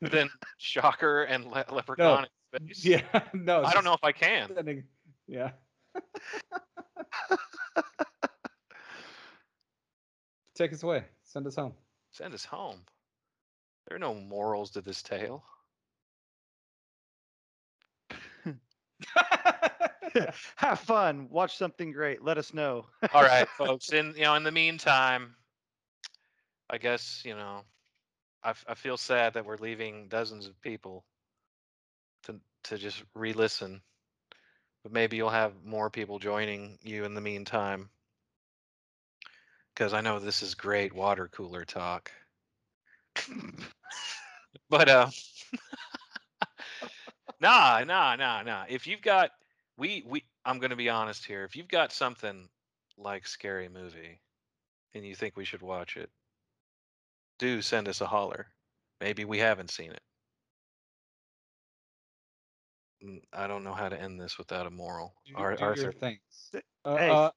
Speaker 1: than Shocker and Le- Leprechaun in Space.
Speaker 3: Yeah, no.
Speaker 1: I don't know if I can.
Speaker 3: know. Yeah.
Speaker 4: Take us away. Send us home.
Speaker 1: Send us home. There are no morals to this tale.
Speaker 2: Have fun. Watch something great. Let us know.
Speaker 1: All right, folks. In you know, in the meantime, I guess you know, I, f- I feel sad that we're leaving dozens of people to to just re-listen, but maybe you'll have more people joining you in the meantime. Because I know this is great water cooler talk, but uh, nah, nah, nah, nah. If you've got, we we, I'm gonna be honest here. If you've got something like scary movie and you think we should watch it, do send us a holler. Maybe we haven't seen it. Mm, I don't know how to end this without a moral.
Speaker 4: Do,
Speaker 1: Ar-
Speaker 4: do your
Speaker 1: Arthur,
Speaker 4: things.
Speaker 2: Hey.
Speaker 4: uh,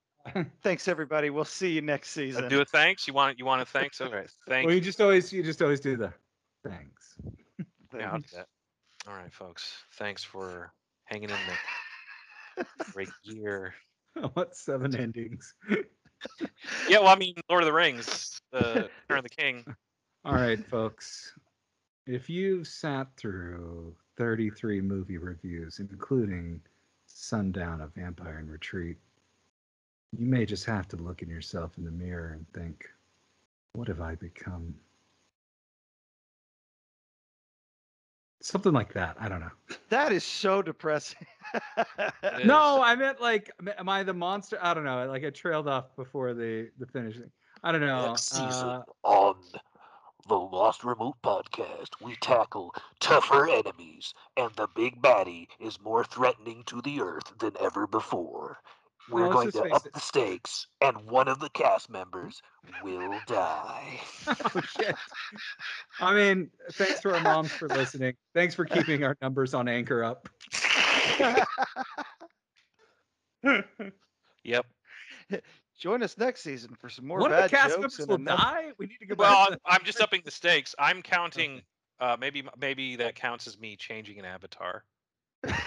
Speaker 2: Thanks everybody. We'll see you next
Speaker 1: Uh,
Speaker 2: season.
Speaker 1: do a thanks. You want you want a thanks? All right, thank
Speaker 4: well,
Speaker 1: you.
Speaker 4: you just always you just always do the thanks.
Speaker 1: Yeah, I'll do that. All right, folks. Thanks for hanging in there. Great year.
Speaker 4: what seven endings?
Speaker 1: Yeah, well, I mean, Lord of the Rings, uh, Return of the King.
Speaker 4: All right, folks. If you've sat through 33 movie reviews, including Sundown of Vampire and Retreat, you may just have to look at yourself in the mirror and think, what have I become? Something like that. I don't know.
Speaker 2: That is so depressing.
Speaker 1: It
Speaker 4: No, I meant like, am- am I the monster? I don't know. Like I trailed off before the the finishing. I don't know.
Speaker 5: Next season
Speaker 4: Uh,
Speaker 5: on the Lost Remote podcast, we tackle tougher enemies, and the big baddie is more threatening to the Earth than ever before. We're
Speaker 4: Well,
Speaker 5: going
Speaker 4: let's
Speaker 5: to
Speaker 4: just face
Speaker 5: up
Speaker 4: it.
Speaker 5: the stakes, and one of the cast members will die.
Speaker 4: oh, shit. I mean, thanks to our moms for listening. Thanks for keeping our numbers on anchor up.
Speaker 1: Yep.
Speaker 2: Join us next season for some more
Speaker 4: One of the
Speaker 2: bad
Speaker 4: cast
Speaker 2: jokes.
Speaker 4: members
Speaker 2: and
Speaker 4: will
Speaker 2: another-
Speaker 4: die. We need to go back.
Speaker 1: Well,
Speaker 4: to
Speaker 1: I'm, I'm just upping the stakes. I'm counting. Uh, maybe maybe that counts as me changing an avatar.
Speaker 4: the-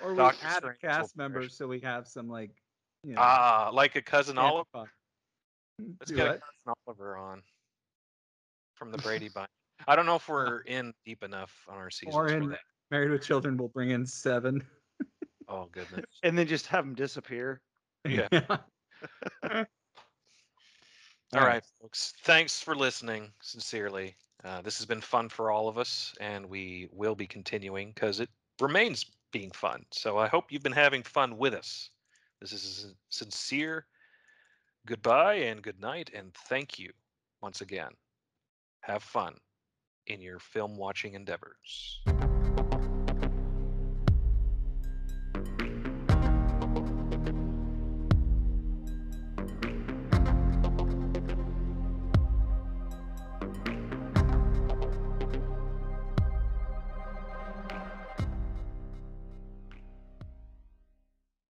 Speaker 4: or we
Speaker 1: Doctor
Speaker 4: add a
Speaker 1: Strange will
Speaker 4: cast
Speaker 1: perish.
Speaker 4: member so we have some like. You know,
Speaker 1: Ah, like a cousin Oliver.
Speaker 4: antifa.
Speaker 1: Let's
Speaker 4: Do
Speaker 1: get a
Speaker 4: what?
Speaker 1: cousin Oliver on from the Brady Bunch. I don't know if we're in deep enough on our seasons
Speaker 4: Or
Speaker 1: for
Speaker 4: in
Speaker 1: that.
Speaker 4: Married with Children will bring in seven.
Speaker 1: Oh goodness.
Speaker 2: and then just have them disappear.
Speaker 1: Yeah. All
Speaker 4: All
Speaker 1: right, folks. Thanks for listening. Sincerely, uh, this has been fun for all of us, and we will be continuing because it remains being fun. So I hope you've been having fun with us. This is a sincere goodbye and good night, and thank you once again. Have fun in your film watching endeavors.